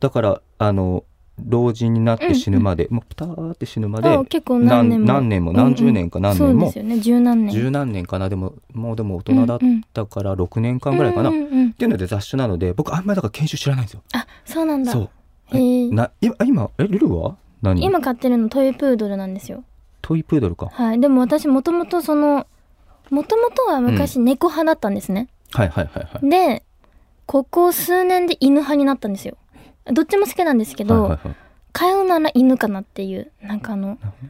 [SPEAKER 3] だからあの老人になって死ぬまでもうプターって死ぬまで
[SPEAKER 2] あ結構何
[SPEAKER 3] 何
[SPEAKER 2] 年も。
[SPEAKER 3] 何年も何十年か何
[SPEAKER 2] う
[SPEAKER 3] 年
[SPEAKER 2] んうんそうで
[SPEAKER 3] も
[SPEAKER 2] すよね。十何年。
[SPEAKER 3] 十何年かなでももうでも大人だったから6年間ぐらいかな、
[SPEAKER 2] うん
[SPEAKER 3] っ
[SPEAKER 2] うんうん
[SPEAKER 3] ていうので雑種なので僕あんまりだから研修知らないんですよ。
[SPEAKER 2] あそうなんだ。
[SPEAKER 3] そう
[SPEAKER 2] へー
[SPEAKER 3] な今今えルルは何
[SPEAKER 2] 今飼ってるのトイプードルなんですよ
[SPEAKER 3] トイプードルか。
[SPEAKER 2] はいでも私もともとそのもともとは昔猫派だったんですね、
[SPEAKER 3] はいはいはいはい。
[SPEAKER 2] でここ数年で犬派になったんですよどっちも好きなんですけど、
[SPEAKER 3] はいはいはい
[SPEAKER 2] 飼うなら犬かなっていうなんかあの
[SPEAKER 3] なるほど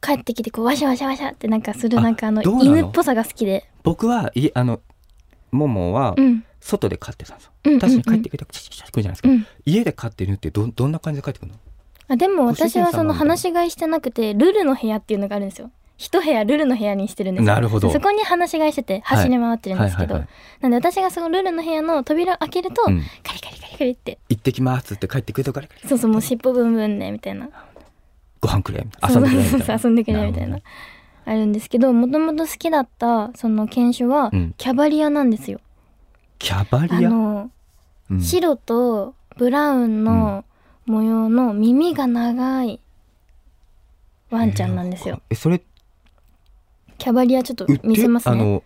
[SPEAKER 2] 帰ってきてこうワシャワシャワシャってなんかするなんかあの
[SPEAKER 3] どうなの
[SPEAKER 2] 犬っぽさが好きで
[SPEAKER 3] 僕はいあのモモは
[SPEAKER 2] うん
[SPEAKER 3] 外で飼ってたんですよ。
[SPEAKER 2] うんうんうん
[SPEAKER 3] 私に帰ってきてチャチャチャチャ来るじゃない
[SPEAKER 2] う
[SPEAKER 3] ですか。
[SPEAKER 2] ん
[SPEAKER 3] 家で飼ってるってどどんな感じで帰ってくるの
[SPEAKER 2] あでも私はその
[SPEAKER 3] ご主
[SPEAKER 2] 話
[SPEAKER 3] 人様みたいな
[SPEAKER 2] し飼いしてなくてルルの部屋っていうのがあるんですよ一部屋ルルの部屋にしてるんですよ
[SPEAKER 3] なるほど
[SPEAKER 2] そこに話し飼いしてて
[SPEAKER 3] はい
[SPEAKER 2] 走り回ってるんですけど、
[SPEAKER 3] はいはい
[SPEAKER 2] なんで私がそのルルの部屋の扉を開けると、
[SPEAKER 3] うん
[SPEAKER 2] カリカリカリカリって
[SPEAKER 3] 行ってきますって帰ってくるとから
[SPEAKER 2] そうそうもう尻尾ブンブンでみたいな
[SPEAKER 3] ご飯くれみたいな遊んでくれみた
[SPEAKER 2] そ
[SPEAKER 3] いうな
[SPEAKER 2] そうそう遊んでくれみたいな
[SPEAKER 3] る
[SPEAKER 2] あるんですけどもともと好きだったその犬種は
[SPEAKER 3] ほどねうん
[SPEAKER 2] キャバリアなんですよ、
[SPEAKER 3] キャバ
[SPEAKER 2] あ
[SPEAKER 3] リア、
[SPEAKER 2] の、
[SPEAKER 3] うん
[SPEAKER 2] 白とブラウンの模様の耳が長いワンちゃんなんですよ
[SPEAKER 3] えそれ
[SPEAKER 2] キャバリアちょっと
[SPEAKER 3] 売って
[SPEAKER 2] 見せます
[SPEAKER 3] あ
[SPEAKER 2] ね
[SPEAKER 3] の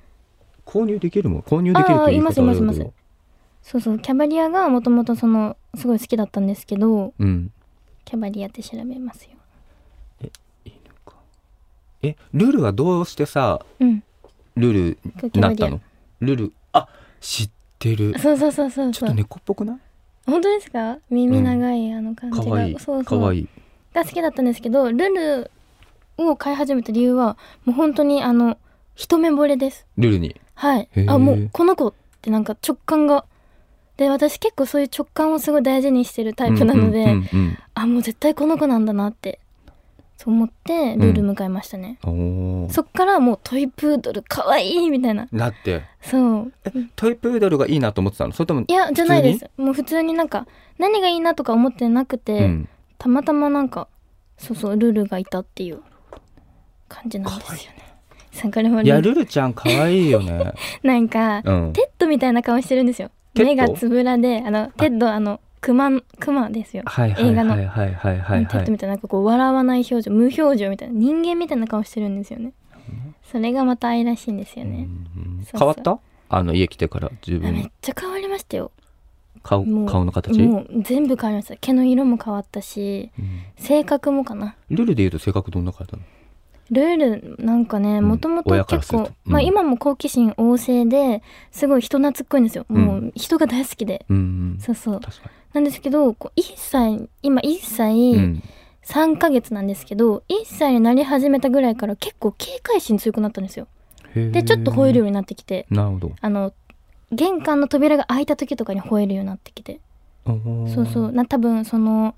[SPEAKER 3] 購入できるもん購入できるという言
[SPEAKER 2] あー
[SPEAKER 3] い方
[SPEAKER 2] いますいます
[SPEAKER 3] あれだけど
[SPEAKER 2] いまそうそうキャバリアがもともとそのすごい好きだったんですけど
[SPEAKER 3] うん
[SPEAKER 2] キャバリアって調べますよ
[SPEAKER 3] いいのかえルルはどうしてさ
[SPEAKER 2] うん
[SPEAKER 3] ルルになった
[SPEAKER 2] キャバ
[SPEAKER 3] のルルあ知ってる
[SPEAKER 2] そうそうそうそう
[SPEAKER 3] ち
[SPEAKER 2] そ
[SPEAKER 3] ょっ
[SPEAKER 2] う
[SPEAKER 3] と猫っぽくない
[SPEAKER 2] 本当ですか耳長いあの感じ
[SPEAKER 3] 可
[SPEAKER 2] が、
[SPEAKER 3] 愛い
[SPEAKER 2] そう
[SPEAKER 3] 可
[SPEAKER 2] そう
[SPEAKER 3] 愛い
[SPEAKER 2] が好きだったんですけどルルを飼い始めた理由はもう本当にあの一目惚れです
[SPEAKER 3] ルルに
[SPEAKER 2] はい
[SPEAKER 3] へー
[SPEAKER 2] あもうこの子ってなんか直感がで私結構そういう直感をすごい大事にしてるタイプなので、
[SPEAKER 3] うんうん
[SPEAKER 2] あもう絶対この子なんだなってそう思ってルール迎えましたね、
[SPEAKER 3] うんうんおー
[SPEAKER 2] そっからもうトイプードル可愛いみたいな
[SPEAKER 3] なって
[SPEAKER 2] そう
[SPEAKER 3] トイプードルがいいなと思ってたのそれとも
[SPEAKER 2] いやじゃないですもう普通になんか何がいいなとか思ってなくて、
[SPEAKER 3] うん
[SPEAKER 2] たまたまなんかそうそうルールがいたっていう感じなんですよねさあこれも
[SPEAKER 3] い
[SPEAKER 2] ル
[SPEAKER 3] や
[SPEAKER 2] ール
[SPEAKER 3] ルルちゃん可愛い
[SPEAKER 2] [laughs]
[SPEAKER 3] よね
[SPEAKER 2] なんか、
[SPEAKER 3] うん
[SPEAKER 2] テッドみたいな顔してるんですよ
[SPEAKER 3] テッド
[SPEAKER 2] 目がつぶらであのテッドあのクマクマですよ、
[SPEAKER 3] はいはい
[SPEAKER 2] 映画の
[SPEAKER 3] はいはいはいはい
[SPEAKER 2] テ
[SPEAKER 3] は
[SPEAKER 2] ッド
[SPEAKER 3] い
[SPEAKER 2] みたいななんかこう笑わない表情無表情みたいな人間みたいな顔してるんですよねそれがまた愛らしいんですよ
[SPEAKER 3] うん
[SPEAKER 2] ね、
[SPEAKER 3] うん
[SPEAKER 2] そうそう
[SPEAKER 3] 変わったあの家来てから自
[SPEAKER 2] あめっ
[SPEAKER 3] 分
[SPEAKER 2] ちゃ変わりましたよ
[SPEAKER 3] 顔
[SPEAKER 2] もう
[SPEAKER 3] 顔の形
[SPEAKER 2] もう全部変わりました毛の色も変わったし
[SPEAKER 3] うん
[SPEAKER 2] 性格もかな
[SPEAKER 3] ルルで言うと性格どんな感じなの
[SPEAKER 2] ルールなんかね
[SPEAKER 3] ん
[SPEAKER 2] もともと
[SPEAKER 3] 親から
[SPEAKER 2] 結
[SPEAKER 3] する
[SPEAKER 2] 構、
[SPEAKER 3] とうん
[SPEAKER 2] まあ、今も好奇心旺盛ですごい人懐っこいんですよ、
[SPEAKER 3] うん
[SPEAKER 2] もう人が大好きで
[SPEAKER 3] うんうん
[SPEAKER 2] そうそう
[SPEAKER 3] 確か
[SPEAKER 2] なんですけどこう1歳今1
[SPEAKER 3] にう
[SPEAKER 2] 歳
[SPEAKER 3] ん
[SPEAKER 2] 3ヶ月なんですけど、1歳になり始めたぐらいから結構警戒心強くなったんですよ
[SPEAKER 3] へー
[SPEAKER 2] でちょっと吠えるようになってきて
[SPEAKER 3] なるほど
[SPEAKER 2] あの玄関の扉が開いた時とかに吠えるようになってきてそうそうな多分その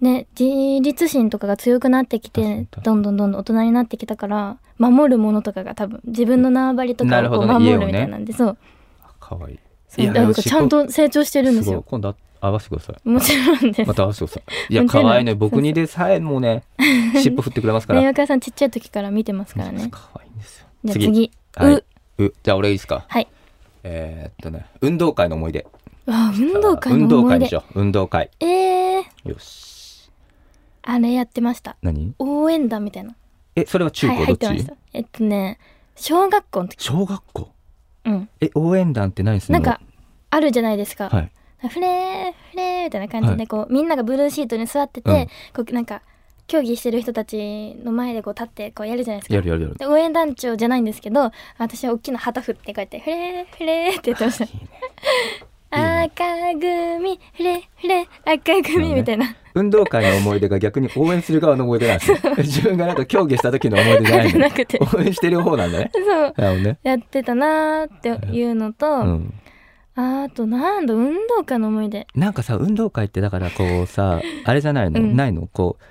[SPEAKER 2] ね自立心とかが強くなってき
[SPEAKER 3] あそう
[SPEAKER 2] て
[SPEAKER 3] だ
[SPEAKER 2] どんどんどんどん大人になってきたから守るものとかが多分自分の縄張りと
[SPEAKER 3] な
[SPEAKER 2] か
[SPEAKER 3] る
[SPEAKER 2] をこ
[SPEAKER 3] ほど
[SPEAKER 2] う
[SPEAKER 3] ね
[SPEAKER 2] 守
[SPEAKER 3] 家をね
[SPEAKER 2] るみたいなんで、そう
[SPEAKER 3] かわいい
[SPEAKER 2] そう
[SPEAKER 3] いや
[SPEAKER 2] だから
[SPEAKER 3] しっぽ
[SPEAKER 2] ちゃんと成長してるんです
[SPEAKER 3] すごい
[SPEAKER 2] よ
[SPEAKER 3] 今度合わせてください
[SPEAKER 2] もちろんです、
[SPEAKER 3] また合わせてくださいいや
[SPEAKER 2] もちろん
[SPEAKER 3] 可愛いね僕にでさえもう
[SPEAKER 2] [laughs]
[SPEAKER 3] ね尻尾振ってくれますから
[SPEAKER 2] ね若さんちっちゃい時から見てますからね
[SPEAKER 3] 可愛いんですよ
[SPEAKER 2] じゃあ次
[SPEAKER 3] はいううじゃあ俺いいですか
[SPEAKER 2] はい
[SPEAKER 3] えーっとね運動会の思い出
[SPEAKER 2] わあ運動会
[SPEAKER 3] 運
[SPEAKER 2] の
[SPEAKER 3] 動
[SPEAKER 2] 思
[SPEAKER 3] 会
[SPEAKER 2] い
[SPEAKER 3] で
[SPEAKER 2] 出
[SPEAKER 3] しょ運動会
[SPEAKER 2] えー、
[SPEAKER 3] よし
[SPEAKER 2] あれやってました
[SPEAKER 3] 何
[SPEAKER 2] 応援団みたいな
[SPEAKER 3] えそれは中
[SPEAKER 2] はい
[SPEAKER 3] 高
[SPEAKER 2] 入
[SPEAKER 3] どっ
[SPEAKER 2] ってまし
[SPEAKER 3] ち
[SPEAKER 2] たえっとね小学校の時
[SPEAKER 3] 小学校
[SPEAKER 2] うん
[SPEAKER 3] え応援団って何す
[SPEAKER 2] な
[SPEAKER 3] る
[SPEAKER 2] ん
[SPEAKER 3] の
[SPEAKER 2] かあるじゃないですか、
[SPEAKER 3] はい
[SPEAKER 2] フレーフレーみたいな感じで、
[SPEAKER 3] はい
[SPEAKER 2] こうみんながブルーシートに座ってて、
[SPEAKER 3] うん
[SPEAKER 2] こうなんか競技してる人たちの前でこう立ってこうやるじゃないですか
[SPEAKER 3] やるやるやる
[SPEAKER 2] で応援団長じゃないんですけど私は大きな旗振ってこうやって「フレーフレー」って言ってました
[SPEAKER 3] いいね
[SPEAKER 2] 「 [laughs] 赤組フレーフレー赤組」みたいな、
[SPEAKER 3] 運動会の思い出が逆に応援する側の思い
[SPEAKER 2] [laughs]
[SPEAKER 3] 出なんですね自分がなんか競技した時の思い出じゃないんだね
[SPEAKER 2] なくて
[SPEAKER 3] 応援してる方なんだね
[SPEAKER 2] そう
[SPEAKER 3] なるほどね
[SPEAKER 2] やってたなーっていうのと、
[SPEAKER 3] うん
[SPEAKER 2] あとなんだ運動会の思い出
[SPEAKER 3] なんかさ運動会ってだからこうさあれじゃないの、
[SPEAKER 2] うん
[SPEAKER 3] ないのこう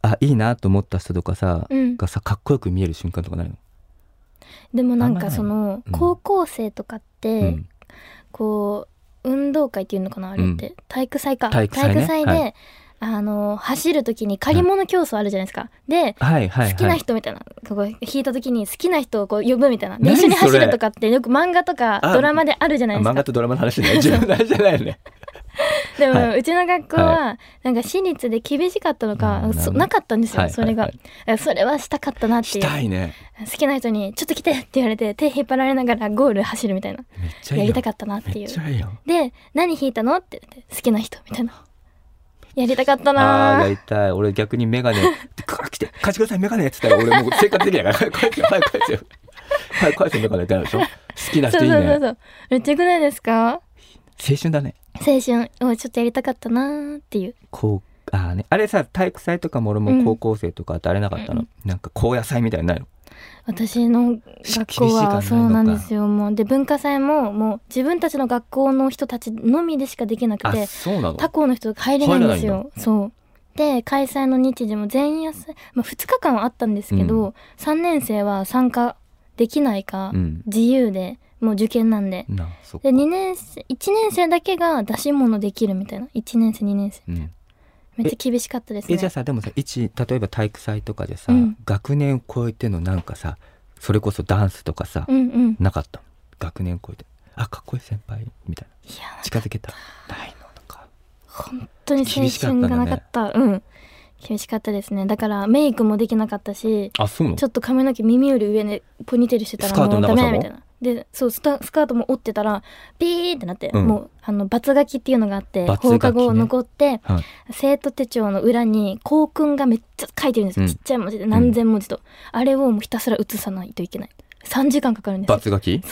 [SPEAKER 3] あいいなと思った人とかさ、
[SPEAKER 2] うん
[SPEAKER 3] がさかっこよく見える瞬間とかないの、
[SPEAKER 2] でもなん
[SPEAKER 3] あんまな
[SPEAKER 2] か
[SPEAKER 3] い
[SPEAKER 2] その、
[SPEAKER 3] うん
[SPEAKER 2] 高校生とかって、
[SPEAKER 3] うん
[SPEAKER 2] こう運動会っていうのかなあれって、体育祭か
[SPEAKER 3] 体育祭ね
[SPEAKER 2] で、
[SPEAKER 3] は
[SPEAKER 2] あの走る時に借り物競争あるじゃないですか、で
[SPEAKER 3] はいはいはい
[SPEAKER 2] 好きな人みたいな、ここ引いた時に好きな人をこう呼ぶみたいなで
[SPEAKER 3] 何
[SPEAKER 2] 一緒に
[SPEAKER 3] そ
[SPEAKER 2] 走
[SPEAKER 3] れ
[SPEAKER 2] るとかってよく漫画とか
[SPEAKER 3] あ
[SPEAKER 2] ドラマであるじゃ
[SPEAKER 3] あ
[SPEAKER 2] ないです
[SPEAKER 3] 漫
[SPEAKER 2] か
[SPEAKER 3] 画とドラマの話ね自分の話じゃないよね
[SPEAKER 2] でも、
[SPEAKER 3] は
[SPEAKER 2] うちの学校はなんか私立で厳しかったのか、
[SPEAKER 3] うん
[SPEAKER 2] そ
[SPEAKER 3] な
[SPEAKER 2] な
[SPEAKER 3] る
[SPEAKER 2] かったんですよ、
[SPEAKER 3] はい
[SPEAKER 2] それが、
[SPEAKER 3] はい
[SPEAKER 2] それはしたかったなって
[SPEAKER 3] し
[SPEAKER 2] いう
[SPEAKER 3] たいね
[SPEAKER 2] 好きな人に「ちょっと来て」って言われて手引っ張られながらゴール走るみたいな
[SPEAKER 3] めっちゃいい
[SPEAKER 2] や
[SPEAKER 3] よ
[SPEAKER 2] りたかったなってい
[SPEAKER 3] め
[SPEAKER 2] う
[SPEAKER 3] っちゃいいよ
[SPEAKER 2] で「何弾いたの?」って言って「好きな人」みたいなやりたかった
[SPEAKER 3] あ
[SPEAKER 2] な
[SPEAKER 3] あ
[SPEAKER 2] ー
[SPEAKER 3] やりたい俺逆にメガ
[SPEAKER 2] [laughs]
[SPEAKER 3] ネ「これ来て貸してくださいメガネ」っつったら俺もう生活できないから「返せ早く返せよ早く返せメガ
[SPEAKER 2] [laughs]
[SPEAKER 3] ネ」ってなるでしょ好きな
[SPEAKER 2] そ
[SPEAKER 3] 人
[SPEAKER 2] う
[SPEAKER 3] いい
[SPEAKER 2] そうそう
[SPEAKER 3] ね
[SPEAKER 2] そうめっちゃよくないですか
[SPEAKER 3] 青春だね
[SPEAKER 2] 青春をちょっとやりたかったなーっていう
[SPEAKER 3] こうあーねあれさ体育祭とかも俺も高校生とかってあれなかったの、なんか高野祭みたいなのないの
[SPEAKER 2] 私の学校は
[SPEAKER 3] 厳しいからな
[SPEAKER 2] そうなんですよもうで文化祭ももう自分たちの学校の人たちのみでしかできなく
[SPEAKER 3] あ
[SPEAKER 2] て
[SPEAKER 3] そうなの
[SPEAKER 2] 他校の人が入れないんです
[SPEAKER 3] 入
[SPEAKER 2] よそうで開催の日時も全員休み、まあ、2日間はあったんですけど、3年生は参加できないか
[SPEAKER 3] うん
[SPEAKER 2] 自由で、もう受験なんで
[SPEAKER 3] なそっか
[SPEAKER 2] で2年生1年生だけが出し物できるみたいな1年生2年生
[SPEAKER 3] うん、
[SPEAKER 2] めっちゃ厳しかったです
[SPEAKER 3] えじゃ
[SPEAKER 2] ね
[SPEAKER 3] あさでもさ一例えば体育祭とかでさ、
[SPEAKER 2] うん
[SPEAKER 3] 学年を超えてのなんかさそれこそダンスとかさ、
[SPEAKER 2] うんうん
[SPEAKER 3] なかった学年超えてあかっこいい先輩みたい
[SPEAKER 2] いや
[SPEAKER 3] な近づけたないのとか
[SPEAKER 2] 本当に青
[SPEAKER 3] 厳しかったん
[SPEAKER 2] 春
[SPEAKER 3] だね
[SPEAKER 2] がなかったうん厳しかったですねだからメイクもできなかったし
[SPEAKER 3] あそうなの
[SPEAKER 2] ちょっと髪の毛耳より上でポニーテールしてた
[SPEAKER 3] スカ
[SPEAKER 2] ら
[SPEAKER 3] ート
[SPEAKER 2] もう
[SPEAKER 3] の
[SPEAKER 2] ダ
[SPEAKER 3] 長さも
[SPEAKER 2] メみたいなでそうスタスカートも折ってたらピーってなって、
[SPEAKER 3] うん
[SPEAKER 2] もうあのバツ書きっていうのがあって、
[SPEAKER 3] バツ書きね
[SPEAKER 2] 放課後残って
[SPEAKER 3] はい、
[SPEAKER 2] 生徒手帳の裏に校訓がめっちゃ書いてるんですよ、
[SPEAKER 3] うん
[SPEAKER 2] ちっちゃい文字で何千文字と、あれをもうひたすら写さないといけない3時間かかるんですよ
[SPEAKER 3] 罰書き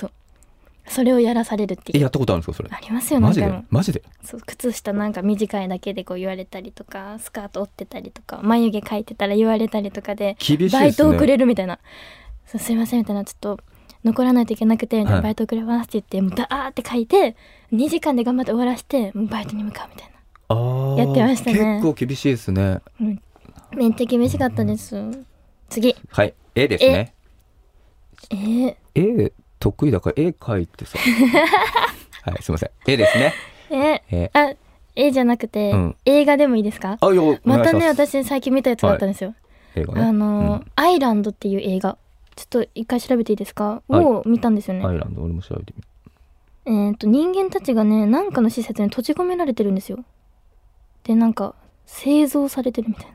[SPEAKER 2] それをやらされるって
[SPEAKER 3] え
[SPEAKER 2] いう
[SPEAKER 3] やったことあるんですかそれ
[SPEAKER 2] ありますよな
[SPEAKER 3] マ
[SPEAKER 2] ん
[SPEAKER 3] ジ
[SPEAKER 2] か
[SPEAKER 3] で
[SPEAKER 2] も
[SPEAKER 3] マジで
[SPEAKER 2] そう靴下なんか短いだけでこう言われたりとかスカート折ってたりとか眉毛描いてたら言われたりとかで
[SPEAKER 3] 厳しいですね
[SPEAKER 2] バイトをくれるみたいな「そうすいません」みたいな「ちょっと残らないといけなくて、
[SPEAKER 3] はい
[SPEAKER 2] バイト遅れますって言ってもうダーって書いて2時間で頑張って終わらしてもうバイトに向かうみたい
[SPEAKER 3] あー
[SPEAKER 2] やってましたね
[SPEAKER 3] 結構厳しいですね
[SPEAKER 2] なめっちゃ厳しかったです次
[SPEAKER 3] はい A ですね
[SPEAKER 2] えー、
[SPEAKER 3] A 得意だから絵描い
[SPEAKER 2] [laughs]
[SPEAKER 3] てさはいすいません A ですね
[SPEAKER 2] え
[SPEAKER 3] え
[SPEAKER 2] あ絵じゃなくて、
[SPEAKER 3] うん
[SPEAKER 2] 映画でもいいですか
[SPEAKER 3] あよ
[SPEAKER 2] またね私最近見たやつがあったんですよ、
[SPEAKER 3] 映画
[SPEAKER 2] あ
[SPEAKER 3] ね
[SPEAKER 2] のー
[SPEAKER 3] うん
[SPEAKER 2] アイランド」っていう映画ちょっと一回調べていいですか、
[SPEAKER 3] はい
[SPEAKER 2] を見たんですよね、
[SPEAKER 3] アイランド俺も調べてみる
[SPEAKER 2] えー、と人間たちがねなんかの施設に閉じ込められてるんですよでなんか製造されてるみたいな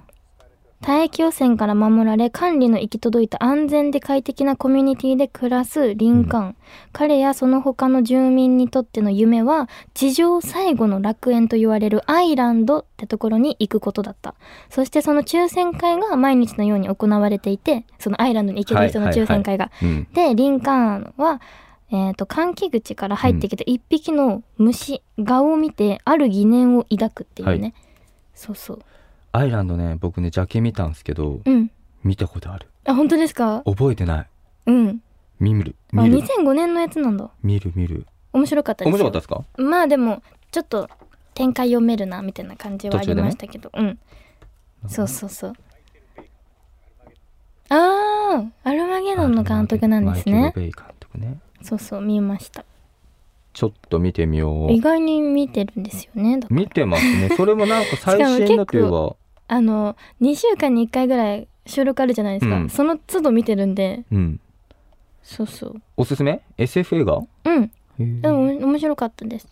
[SPEAKER 2] 大気汚染から守られ管理の行き届いた安全で快適なコミュニティで暮らす林間、彼やその他の住民にとっての夢は地上最後の楽園と言われるアイランドってところに行くことだったそしてその抽選会が毎日のように行われていてそのアイランドに行ける人の抽選会が、
[SPEAKER 3] うん
[SPEAKER 2] でリンカーンは、えー、と換気口から入ってきた一匹の虫、顔を見てある疑念を抱くっていうね、
[SPEAKER 3] はい
[SPEAKER 2] そうそう
[SPEAKER 3] アイランドね僕ねジャケ見たんですけど
[SPEAKER 2] うん
[SPEAKER 3] 見たことある
[SPEAKER 2] あ本当ですか
[SPEAKER 3] 覚えてない
[SPEAKER 2] うん
[SPEAKER 3] 見る
[SPEAKER 2] あ
[SPEAKER 3] 見る
[SPEAKER 2] 2005年のやつなんだ
[SPEAKER 3] 見る見る
[SPEAKER 2] 面白かったです
[SPEAKER 3] 面
[SPEAKER 2] よ
[SPEAKER 3] 白かったですか
[SPEAKER 2] まあでもちょっと展開読めるなみたいな感じはありましたけど、うんそうそうそうああアルマゲドンの監督なんです
[SPEAKER 3] マイ
[SPEAKER 2] ね
[SPEAKER 3] ケルベイ監督ね
[SPEAKER 2] そうそう見ました
[SPEAKER 3] ちょっと見てみよ
[SPEAKER 2] 意
[SPEAKER 3] う
[SPEAKER 2] 外に見てるんですよねだから
[SPEAKER 3] 見てますねそれもなんか最新だといえ
[SPEAKER 2] しか
[SPEAKER 3] ば
[SPEAKER 2] あの2週間に1回ぐらい収録あるじゃないですか、
[SPEAKER 3] うん
[SPEAKER 2] その都度見てるんで
[SPEAKER 3] うん
[SPEAKER 2] そうそう
[SPEAKER 3] おすすめ SF 映画
[SPEAKER 2] うん
[SPEAKER 3] で
[SPEAKER 2] でも面白かったです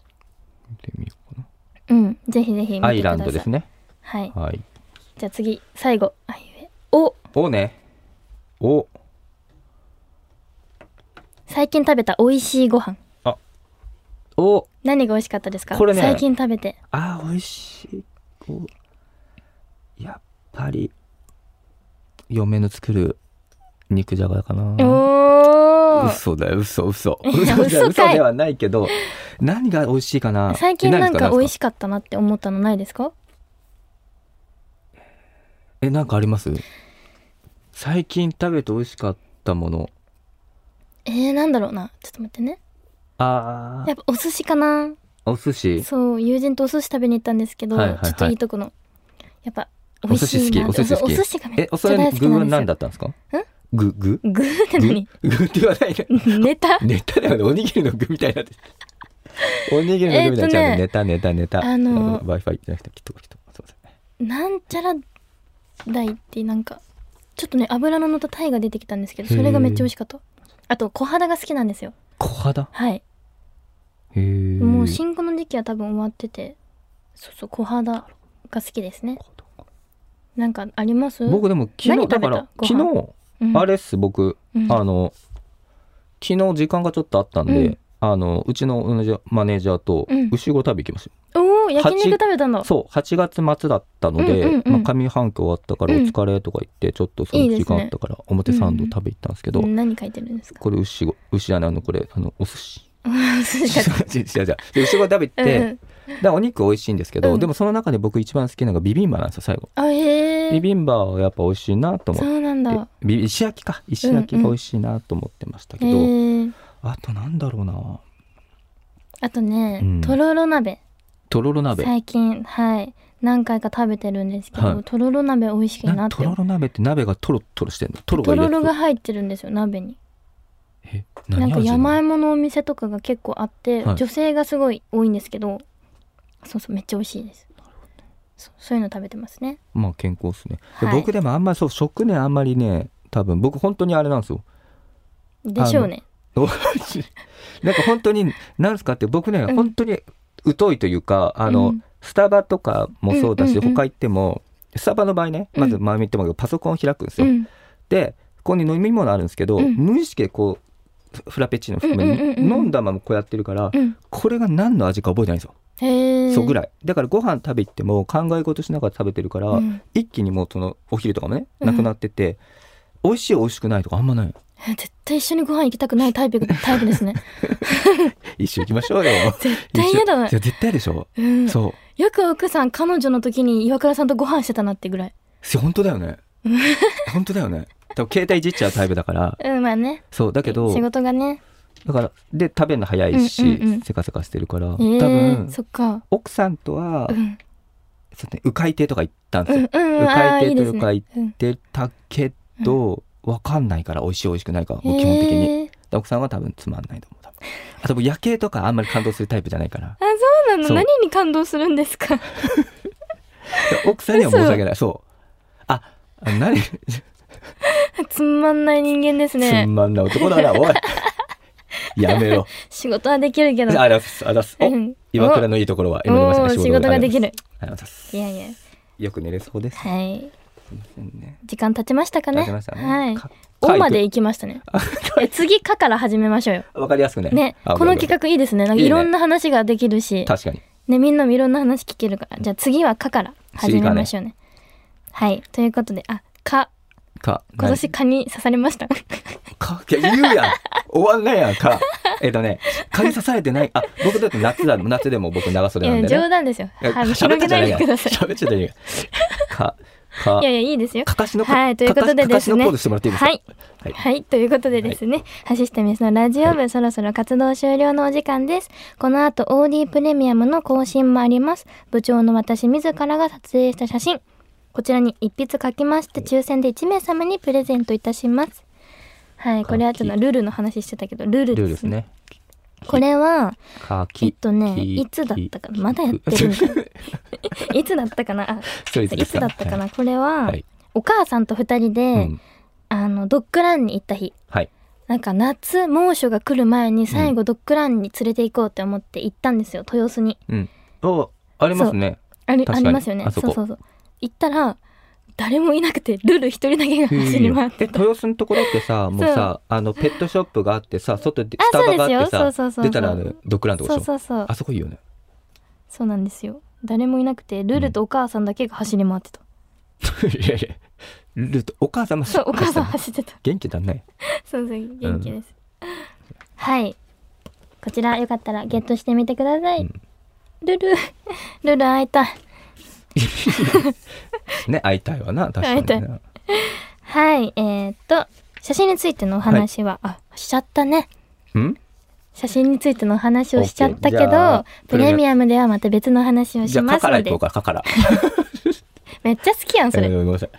[SPEAKER 3] 見てみようか
[SPEAKER 2] うんぜひぜひ見てくださ
[SPEAKER 3] ないアイランドですね
[SPEAKER 2] はい
[SPEAKER 3] はい
[SPEAKER 2] じゃあ次最後あゆえお
[SPEAKER 3] おねお
[SPEAKER 2] 最近食べた美味しいご飯
[SPEAKER 3] お
[SPEAKER 2] 何が美味しかったですか
[SPEAKER 3] これね
[SPEAKER 2] 最近食べて
[SPEAKER 3] あー美味しいこうやっぱり嫁の作る肉じゃがかな
[SPEAKER 2] おお
[SPEAKER 3] 嘘だよ嘘嘘
[SPEAKER 2] いや
[SPEAKER 3] 嘘じゃ
[SPEAKER 2] 嘘かい
[SPEAKER 3] 嘘ではないけど何が美味しいかな
[SPEAKER 2] 最近
[SPEAKER 3] え
[SPEAKER 2] なんか美味
[SPEAKER 3] い
[SPEAKER 2] しかったなって思ったのないですか
[SPEAKER 3] えなんかあります最近食べて美味しかったもの
[SPEAKER 2] えー、なんだろうなちょっと待ってね
[SPEAKER 3] あー
[SPEAKER 2] やっぱお寿司かな
[SPEAKER 3] お寿司
[SPEAKER 2] そう友人とお寿司食べに行ったんですけど、
[SPEAKER 3] はいはいはい
[SPEAKER 2] ちょっといいとこのやっぱ美味しいな
[SPEAKER 3] お寿司好きお寿司好き
[SPEAKER 2] お寿司がめっ
[SPEAKER 3] え
[SPEAKER 2] ち
[SPEAKER 3] お
[SPEAKER 2] ゃ
[SPEAKER 3] それ
[SPEAKER 2] 大好き
[SPEAKER 3] 具は
[SPEAKER 2] なん
[SPEAKER 3] 何
[SPEAKER 2] で
[SPEAKER 3] だったんですかん
[SPEAKER 2] え
[SPEAKER 3] 具具
[SPEAKER 2] すよ具って
[SPEAKER 3] 具
[SPEAKER 2] 何
[SPEAKER 3] 具って言わないね
[SPEAKER 2] ネタ
[SPEAKER 3] ネタだよねおにぎりの具みたいになってるおにぎりの具みたいになっちゃうね
[SPEAKER 2] えっとね
[SPEAKER 3] ネタネタネタ
[SPEAKER 2] あの
[SPEAKER 3] w i f i じゃなくてきっときっとすいません
[SPEAKER 2] なんちゃら鯛ってなんかちょっとね油の乗った鯛が出てきたんですけどそれがめっちゃ美味しかったあと小肌が好きなんですよ
[SPEAKER 3] 小肌
[SPEAKER 2] はい
[SPEAKER 3] へー
[SPEAKER 2] もう新婚の時期は多分終わっててそうそう小肌が好きですね
[SPEAKER 3] 小肌か
[SPEAKER 2] なんかあります
[SPEAKER 3] 僕でも昨
[SPEAKER 2] 何
[SPEAKER 3] 日
[SPEAKER 2] 食べた
[SPEAKER 3] だから
[SPEAKER 2] ご飯
[SPEAKER 3] 昨日
[SPEAKER 2] うん
[SPEAKER 3] あれっす僕
[SPEAKER 2] うん
[SPEAKER 3] あの昨日時間がちょっとあったんで、
[SPEAKER 2] うん
[SPEAKER 3] あのうちのマネージャーマネージャーと
[SPEAKER 2] うん
[SPEAKER 3] 牛ご食べ行きまし
[SPEAKER 2] おお焼肉食べたん
[SPEAKER 3] た、
[SPEAKER 2] だ
[SPEAKER 3] そう8月末だったので、
[SPEAKER 2] うんうんうん
[SPEAKER 3] まあ、上半期終わったからお
[SPEAKER 2] うん
[SPEAKER 3] 疲れとか言って、ちょっとその時間あったから表参道食べ行ったんですけど、
[SPEAKER 2] うん何書いてるんです
[SPEAKER 3] [laughs]
[SPEAKER 2] か
[SPEAKER 3] これ牛ご牛じゃないあのこれあのお寿
[SPEAKER 2] [laughs]
[SPEAKER 3] 司
[SPEAKER 2] お寿司が
[SPEAKER 3] [laughs] 違う違う違うで牛ご食べ行っ
[SPEAKER 2] [laughs] うんう
[SPEAKER 3] て、
[SPEAKER 2] ん
[SPEAKER 3] でお肉美味しいんですけど、
[SPEAKER 2] うん
[SPEAKER 3] でもその中で僕一番好きなのがビビンバなんですよ最後
[SPEAKER 2] あへ
[SPEAKER 3] ビ
[SPEAKER 2] え
[SPEAKER 3] ビンバはやっぱ美味しいなと思
[SPEAKER 2] そ
[SPEAKER 3] って
[SPEAKER 2] うなんだ
[SPEAKER 3] ビ石焼きか石焼きが美味しいなと思ってましたけ
[SPEAKER 2] へ
[SPEAKER 3] ど、
[SPEAKER 2] え
[SPEAKER 3] あとなんだろうな
[SPEAKER 2] あとね、
[SPEAKER 3] うん
[SPEAKER 2] とろろ鍋
[SPEAKER 3] とろろ鍋
[SPEAKER 2] 最近はい何回か食べてるんですけど、
[SPEAKER 3] はい
[SPEAKER 2] とろろ鍋美味しいな
[SPEAKER 3] な
[SPEAKER 2] って
[SPEAKER 3] とろろ鍋って鍋がとろとろしてんのとろが
[SPEAKER 2] と
[SPEAKER 3] 入れ
[SPEAKER 2] ろ
[SPEAKER 3] てる
[SPEAKER 2] ろが入ってるんですよ鍋に
[SPEAKER 3] え
[SPEAKER 2] な
[SPEAKER 3] 何
[SPEAKER 2] んか
[SPEAKER 3] 味な
[SPEAKER 2] 山
[SPEAKER 3] の
[SPEAKER 2] 芋のお店とかが結構あって、
[SPEAKER 3] はい
[SPEAKER 2] 女性がすごい多いんですけどそうそうめっちゃ美味しいですそうそういうの食べてますね
[SPEAKER 3] まあ健康っすね、で
[SPEAKER 2] はい
[SPEAKER 3] 僕でもあんまりそう食ねあんまりね多分僕本当にあれなんですよ [laughs]
[SPEAKER 2] でしょうね
[SPEAKER 3] なんか本当になんすかって僕ね
[SPEAKER 2] うん
[SPEAKER 3] 本当に疎いというかあの、
[SPEAKER 2] うん
[SPEAKER 3] スタバとかもそうだし、
[SPEAKER 2] うんうんうん
[SPEAKER 3] 他行ってもスタバの場合ねまず
[SPEAKER 2] う
[SPEAKER 3] 前も言ってもけどパソコン開くんです
[SPEAKER 2] う
[SPEAKER 3] よ、
[SPEAKER 2] ん
[SPEAKER 3] でここに飲み物あるんですけど、
[SPEAKER 2] うん
[SPEAKER 3] 無意識でこうフラペチーノ含め、
[SPEAKER 2] うんうんうんうん
[SPEAKER 3] 飲んだままこうやってるから、
[SPEAKER 2] うん
[SPEAKER 3] これが何の味か覚えてないんですよ
[SPEAKER 2] へえ
[SPEAKER 3] そうぐ
[SPEAKER 2] らい
[SPEAKER 3] らいだからご飯食べ行っても考え事しながら食べてるから、
[SPEAKER 2] うん
[SPEAKER 3] 一気にもうそのお昼とかもね
[SPEAKER 2] うん
[SPEAKER 3] なくなってて、美味しい美味しくないとかあんまない
[SPEAKER 2] え絶対一緒にご飯行きたくないタイプタイプですね
[SPEAKER 3] [laughs] 一緒行きましょうよ
[SPEAKER 2] [laughs] 絶対嫌だな
[SPEAKER 3] 一緒いや絶対でしょ、
[SPEAKER 2] うん
[SPEAKER 3] そう
[SPEAKER 2] よく奥さん彼女の時に岩倉さんとご飯してたなってぐらい
[SPEAKER 3] [laughs] そう本当だよね本当だよね多分携帯いじっちゃうタイプだから
[SPEAKER 2] うんまあね
[SPEAKER 3] そうだけど
[SPEAKER 2] 仕事がね
[SPEAKER 3] だからで食べるの早いし、
[SPEAKER 2] うんうんうん
[SPEAKER 3] せかせかしてるから、
[SPEAKER 2] ええ
[SPEAKER 3] 多分
[SPEAKER 2] そっか
[SPEAKER 3] 奥さんとは、
[SPEAKER 2] うん
[SPEAKER 3] そうね、迂回亭とか行ったんで
[SPEAKER 2] う
[SPEAKER 3] すよ。
[SPEAKER 2] んうんう
[SPEAKER 3] 迂
[SPEAKER 2] んああ
[SPEAKER 3] 回
[SPEAKER 2] い
[SPEAKER 3] 亭
[SPEAKER 2] い
[SPEAKER 3] と
[SPEAKER 2] です
[SPEAKER 3] いうか
[SPEAKER 2] ね
[SPEAKER 3] 行ってたけど、わかんないから美味しい美味しくないか、もう基本的に。
[SPEAKER 2] ええ
[SPEAKER 3] で奥さんは多分つまんないと思う。多分あと僕夜景とかあんまり感動するタイプじゃないから。
[SPEAKER 2] あそうなの
[SPEAKER 3] そう
[SPEAKER 2] 何に感動するんですか [laughs]
[SPEAKER 3] で奥さんには申し訳ない。そう。あ、あ何、
[SPEAKER 2] つまんない人間です
[SPEAKER 3] つ
[SPEAKER 2] ね
[SPEAKER 3] まんない男だな、
[SPEAKER 2] [laughs]
[SPEAKER 3] おい。やめろ。
[SPEAKER 2] 仕事はできるけど
[SPEAKER 3] あらす、あらす。
[SPEAKER 2] う
[SPEAKER 3] お
[SPEAKER 2] ん
[SPEAKER 3] 岩倉のいいところは
[SPEAKER 2] お
[SPEAKER 3] 今出ました
[SPEAKER 2] お
[SPEAKER 3] ね。
[SPEAKER 2] ー仕事ができる
[SPEAKER 3] ありがとうございます。
[SPEAKER 2] いやいや
[SPEAKER 3] よく寝れそうです。す
[SPEAKER 2] はい
[SPEAKER 3] いませんね。
[SPEAKER 2] 時間経ちましたかね
[SPEAKER 3] 出せましたね。
[SPEAKER 2] はい
[SPEAKER 3] か
[SPEAKER 2] おまで行きましたねえ次かから始めましょうよ
[SPEAKER 3] わかりやすくね。
[SPEAKER 2] ね
[SPEAKER 3] [laughs] あ
[SPEAKER 2] この
[SPEAKER 3] ごめんごめん
[SPEAKER 2] 企画いいですねなんか
[SPEAKER 3] いいね
[SPEAKER 2] いろんな話ができるし
[SPEAKER 3] 確かに。
[SPEAKER 2] ね、みんなもいろんな話聞けるから。じゃあ次はかから始めましょうね。はい。ということで、あ、か、
[SPEAKER 3] か。
[SPEAKER 2] 今年蚊に刺されました。
[SPEAKER 3] 何か。いや、言うやん。終わんないやん、か。えっとね、蚊に刺されてない。あ、僕だって夏だ、夏でも僕長
[SPEAKER 2] い
[SPEAKER 3] 袖なん
[SPEAKER 2] や、
[SPEAKER 3] で
[SPEAKER 2] 冗
[SPEAKER 3] ね。
[SPEAKER 2] 談ですよ。
[SPEAKER 3] いや
[SPEAKER 2] はい、
[SPEAKER 3] 喋
[SPEAKER 2] 広
[SPEAKER 3] った
[SPEAKER 2] げ
[SPEAKER 3] じ
[SPEAKER 2] な
[SPEAKER 3] ゃ
[SPEAKER 2] い
[SPEAKER 3] ない
[SPEAKER 2] で
[SPEAKER 3] やん
[SPEAKER 2] くだ
[SPEAKER 3] [laughs]
[SPEAKER 2] さい。
[SPEAKER 3] 喋っちゃいいやん。
[SPEAKER 2] [laughs]
[SPEAKER 3] か、か
[SPEAKER 2] いや、いや、いいですよ。
[SPEAKER 3] かかしのこ
[SPEAKER 2] はいということで
[SPEAKER 3] かかしの
[SPEAKER 2] ですね
[SPEAKER 3] コードしてもらっていいですか
[SPEAKER 2] はい
[SPEAKER 3] はい
[SPEAKER 2] はい。ということでですね、ハシステムスのラジオ部、そろそろ活動終了のお時間です。この後、OD プレミアムの更新もあります。部長の私自らが撮影した写真。こちらに一筆書きまして、抽選で1名様にプレゼントいたします。はい。これはちょっとルールの話してたけど、ルール
[SPEAKER 3] ルール
[SPEAKER 2] で
[SPEAKER 3] ですす
[SPEAKER 2] ね。
[SPEAKER 3] ね。
[SPEAKER 2] これは、
[SPEAKER 3] かき。
[SPEAKER 2] えっとね、
[SPEAKER 3] き
[SPEAKER 2] いつだったかな、まだや
[SPEAKER 3] [laughs]
[SPEAKER 2] ってるんだ。いつだったかな、あ
[SPEAKER 3] 一人ずつ
[SPEAKER 2] い
[SPEAKER 3] です
[SPEAKER 2] つだったか
[SPEAKER 3] は
[SPEAKER 2] な、これは、
[SPEAKER 3] はい
[SPEAKER 2] お母さんと二人で、
[SPEAKER 3] いうん
[SPEAKER 2] あの、ドッグランに行った日。
[SPEAKER 3] はい。
[SPEAKER 2] なんか夏、猛暑が来る前に最後ドッグランに連れて行こうって思って行ったんですよ、豊洲に。
[SPEAKER 3] うん。お、ありますね。
[SPEAKER 2] あり
[SPEAKER 3] 確
[SPEAKER 2] あ
[SPEAKER 3] か
[SPEAKER 2] り
[SPEAKER 3] に
[SPEAKER 2] ますよね。
[SPEAKER 3] あ
[SPEAKER 2] そ
[SPEAKER 3] そこ
[SPEAKER 2] うそうそう。行ったら、誰もいなくて、ルル一人だけが
[SPEAKER 3] [laughs]
[SPEAKER 2] 走り回っ
[SPEAKER 3] え
[SPEAKER 2] てた。
[SPEAKER 3] 豊洲のところってさもうさ
[SPEAKER 2] [laughs]
[SPEAKER 3] あのペットショップがあってさ外で
[SPEAKER 2] あ
[SPEAKER 3] スタバがあっ
[SPEAKER 2] そう
[SPEAKER 3] て
[SPEAKER 2] ですよそう
[SPEAKER 3] さ
[SPEAKER 2] そうそうそう
[SPEAKER 3] 出たらあのドッグランとか
[SPEAKER 2] そ
[SPEAKER 3] で
[SPEAKER 2] う
[SPEAKER 3] しょ
[SPEAKER 2] そうそう。
[SPEAKER 3] あそこいいよね [laughs]
[SPEAKER 2] そうなんですよ。誰もいなくて、ルルとお母さんだけが走り回ってた。
[SPEAKER 3] いやいやルートお母様
[SPEAKER 2] そう、お母さん走ってた。 [laughs]
[SPEAKER 3] 元気だね
[SPEAKER 2] そうそう元気です、はいこちらよかったらゲットしてみてください、
[SPEAKER 3] うん
[SPEAKER 2] ルル [laughs] ルル開いた
[SPEAKER 3] ね会いたいわな確かに
[SPEAKER 2] 会い
[SPEAKER 3] ね
[SPEAKER 2] はいえー、っと写真についてのお話は、あしちゃったね
[SPEAKER 3] うん
[SPEAKER 2] 写真についてのお話をしちゃったけ
[SPEAKER 3] OK じゃ
[SPEAKER 2] ど
[SPEAKER 3] あ
[SPEAKER 2] プレミアムではまた別のお話を
[SPEAKER 3] じ
[SPEAKER 2] し
[SPEAKER 3] ゃあ
[SPEAKER 2] ま
[SPEAKER 3] か
[SPEAKER 2] す
[SPEAKER 3] から
[SPEAKER 2] の
[SPEAKER 3] い
[SPEAKER 2] で
[SPEAKER 3] こうかかから
[SPEAKER 2] めっちゃ好きやんそ
[SPEAKER 3] え
[SPEAKER 2] れ、
[SPEAKER 3] ーごめんなさい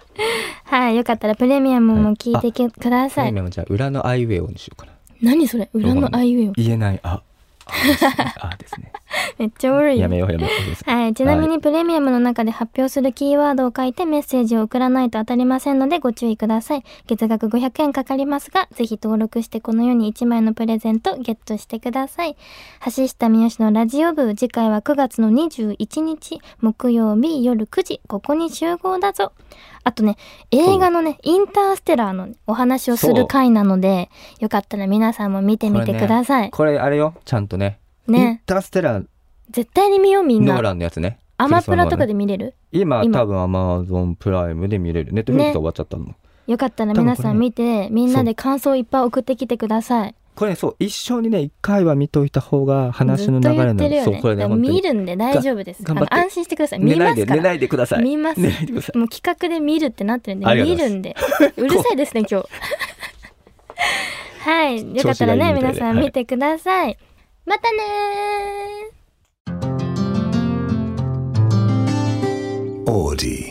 [SPEAKER 2] はいよかったらプレミアムも聞いてけください、
[SPEAKER 3] ねねもじゃあ裏のアイウェイをにしようかな
[SPEAKER 2] 何それ裏のアイウェイを
[SPEAKER 3] 言えないああですねあですね
[SPEAKER 2] めっちゃおもろいね
[SPEAKER 3] やめようやめよう
[SPEAKER 2] はい、ちなみにプレミアムの中で発表するキーワードを書いてメッセージを送らないと当たりませんのでご注意ください。月額500円かかりますが、ぜひ登録してこのように1枚のプレゼントゲットしてください。橋下三好のラジオ部、次回は9月の21日、木曜日夜9時、ここに集合だぞ。あとね、映画のね、インターステラーのお話をする回なので、よかったら皆さんも見てみてください。
[SPEAKER 3] これあれよちゃんとねイン
[SPEAKER 2] ね、
[SPEAKER 3] ターステラー
[SPEAKER 2] 絶対に見ようみん
[SPEAKER 3] ノー
[SPEAKER 2] な。
[SPEAKER 3] ランのやつね
[SPEAKER 2] アマプラとか
[SPEAKER 3] で
[SPEAKER 2] で見れる
[SPEAKER 3] 今
[SPEAKER 2] 今
[SPEAKER 3] 多分アマゾンプライムで見れるネットフリックス終わっちゃったの
[SPEAKER 2] よかったら皆さん見て、みんなで感想いっぱい送ってきてください。
[SPEAKER 3] これねそう一生にね一回は見といた方が話の流れ
[SPEAKER 2] ずっと言って
[SPEAKER 3] の、
[SPEAKER 2] るよ
[SPEAKER 3] そう
[SPEAKER 2] ね。
[SPEAKER 3] これね
[SPEAKER 2] でも
[SPEAKER 3] 本当
[SPEAKER 2] 見
[SPEAKER 3] に
[SPEAKER 2] るんで大丈夫です。あ
[SPEAKER 3] 頑張っ
[SPEAKER 2] の
[SPEAKER 3] て
[SPEAKER 2] 安心してください。
[SPEAKER 3] 寝
[SPEAKER 2] 見
[SPEAKER 3] な
[SPEAKER 2] ま
[SPEAKER 3] いです
[SPEAKER 2] か
[SPEAKER 3] 寝
[SPEAKER 2] ら。
[SPEAKER 3] ないでください
[SPEAKER 2] 見ます
[SPEAKER 3] 寝ないでください
[SPEAKER 2] もう企画で見るってなってるんで
[SPEAKER 3] ありがとう
[SPEAKER 2] 見
[SPEAKER 3] ござ
[SPEAKER 2] る
[SPEAKER 3] います
[SPEAKER 2] んでうるさいですね
[SPEAKER 3] [laughs]
[SPEAKER 2] 今日はいよかったらね
[SPEAKER 3] 調子がいいみたい
[SPEAKER 2] 皆
[SPEAKER 3] で
[SPEAKER 2] さん見てください、またねー
[SPEAKER 1] Audi.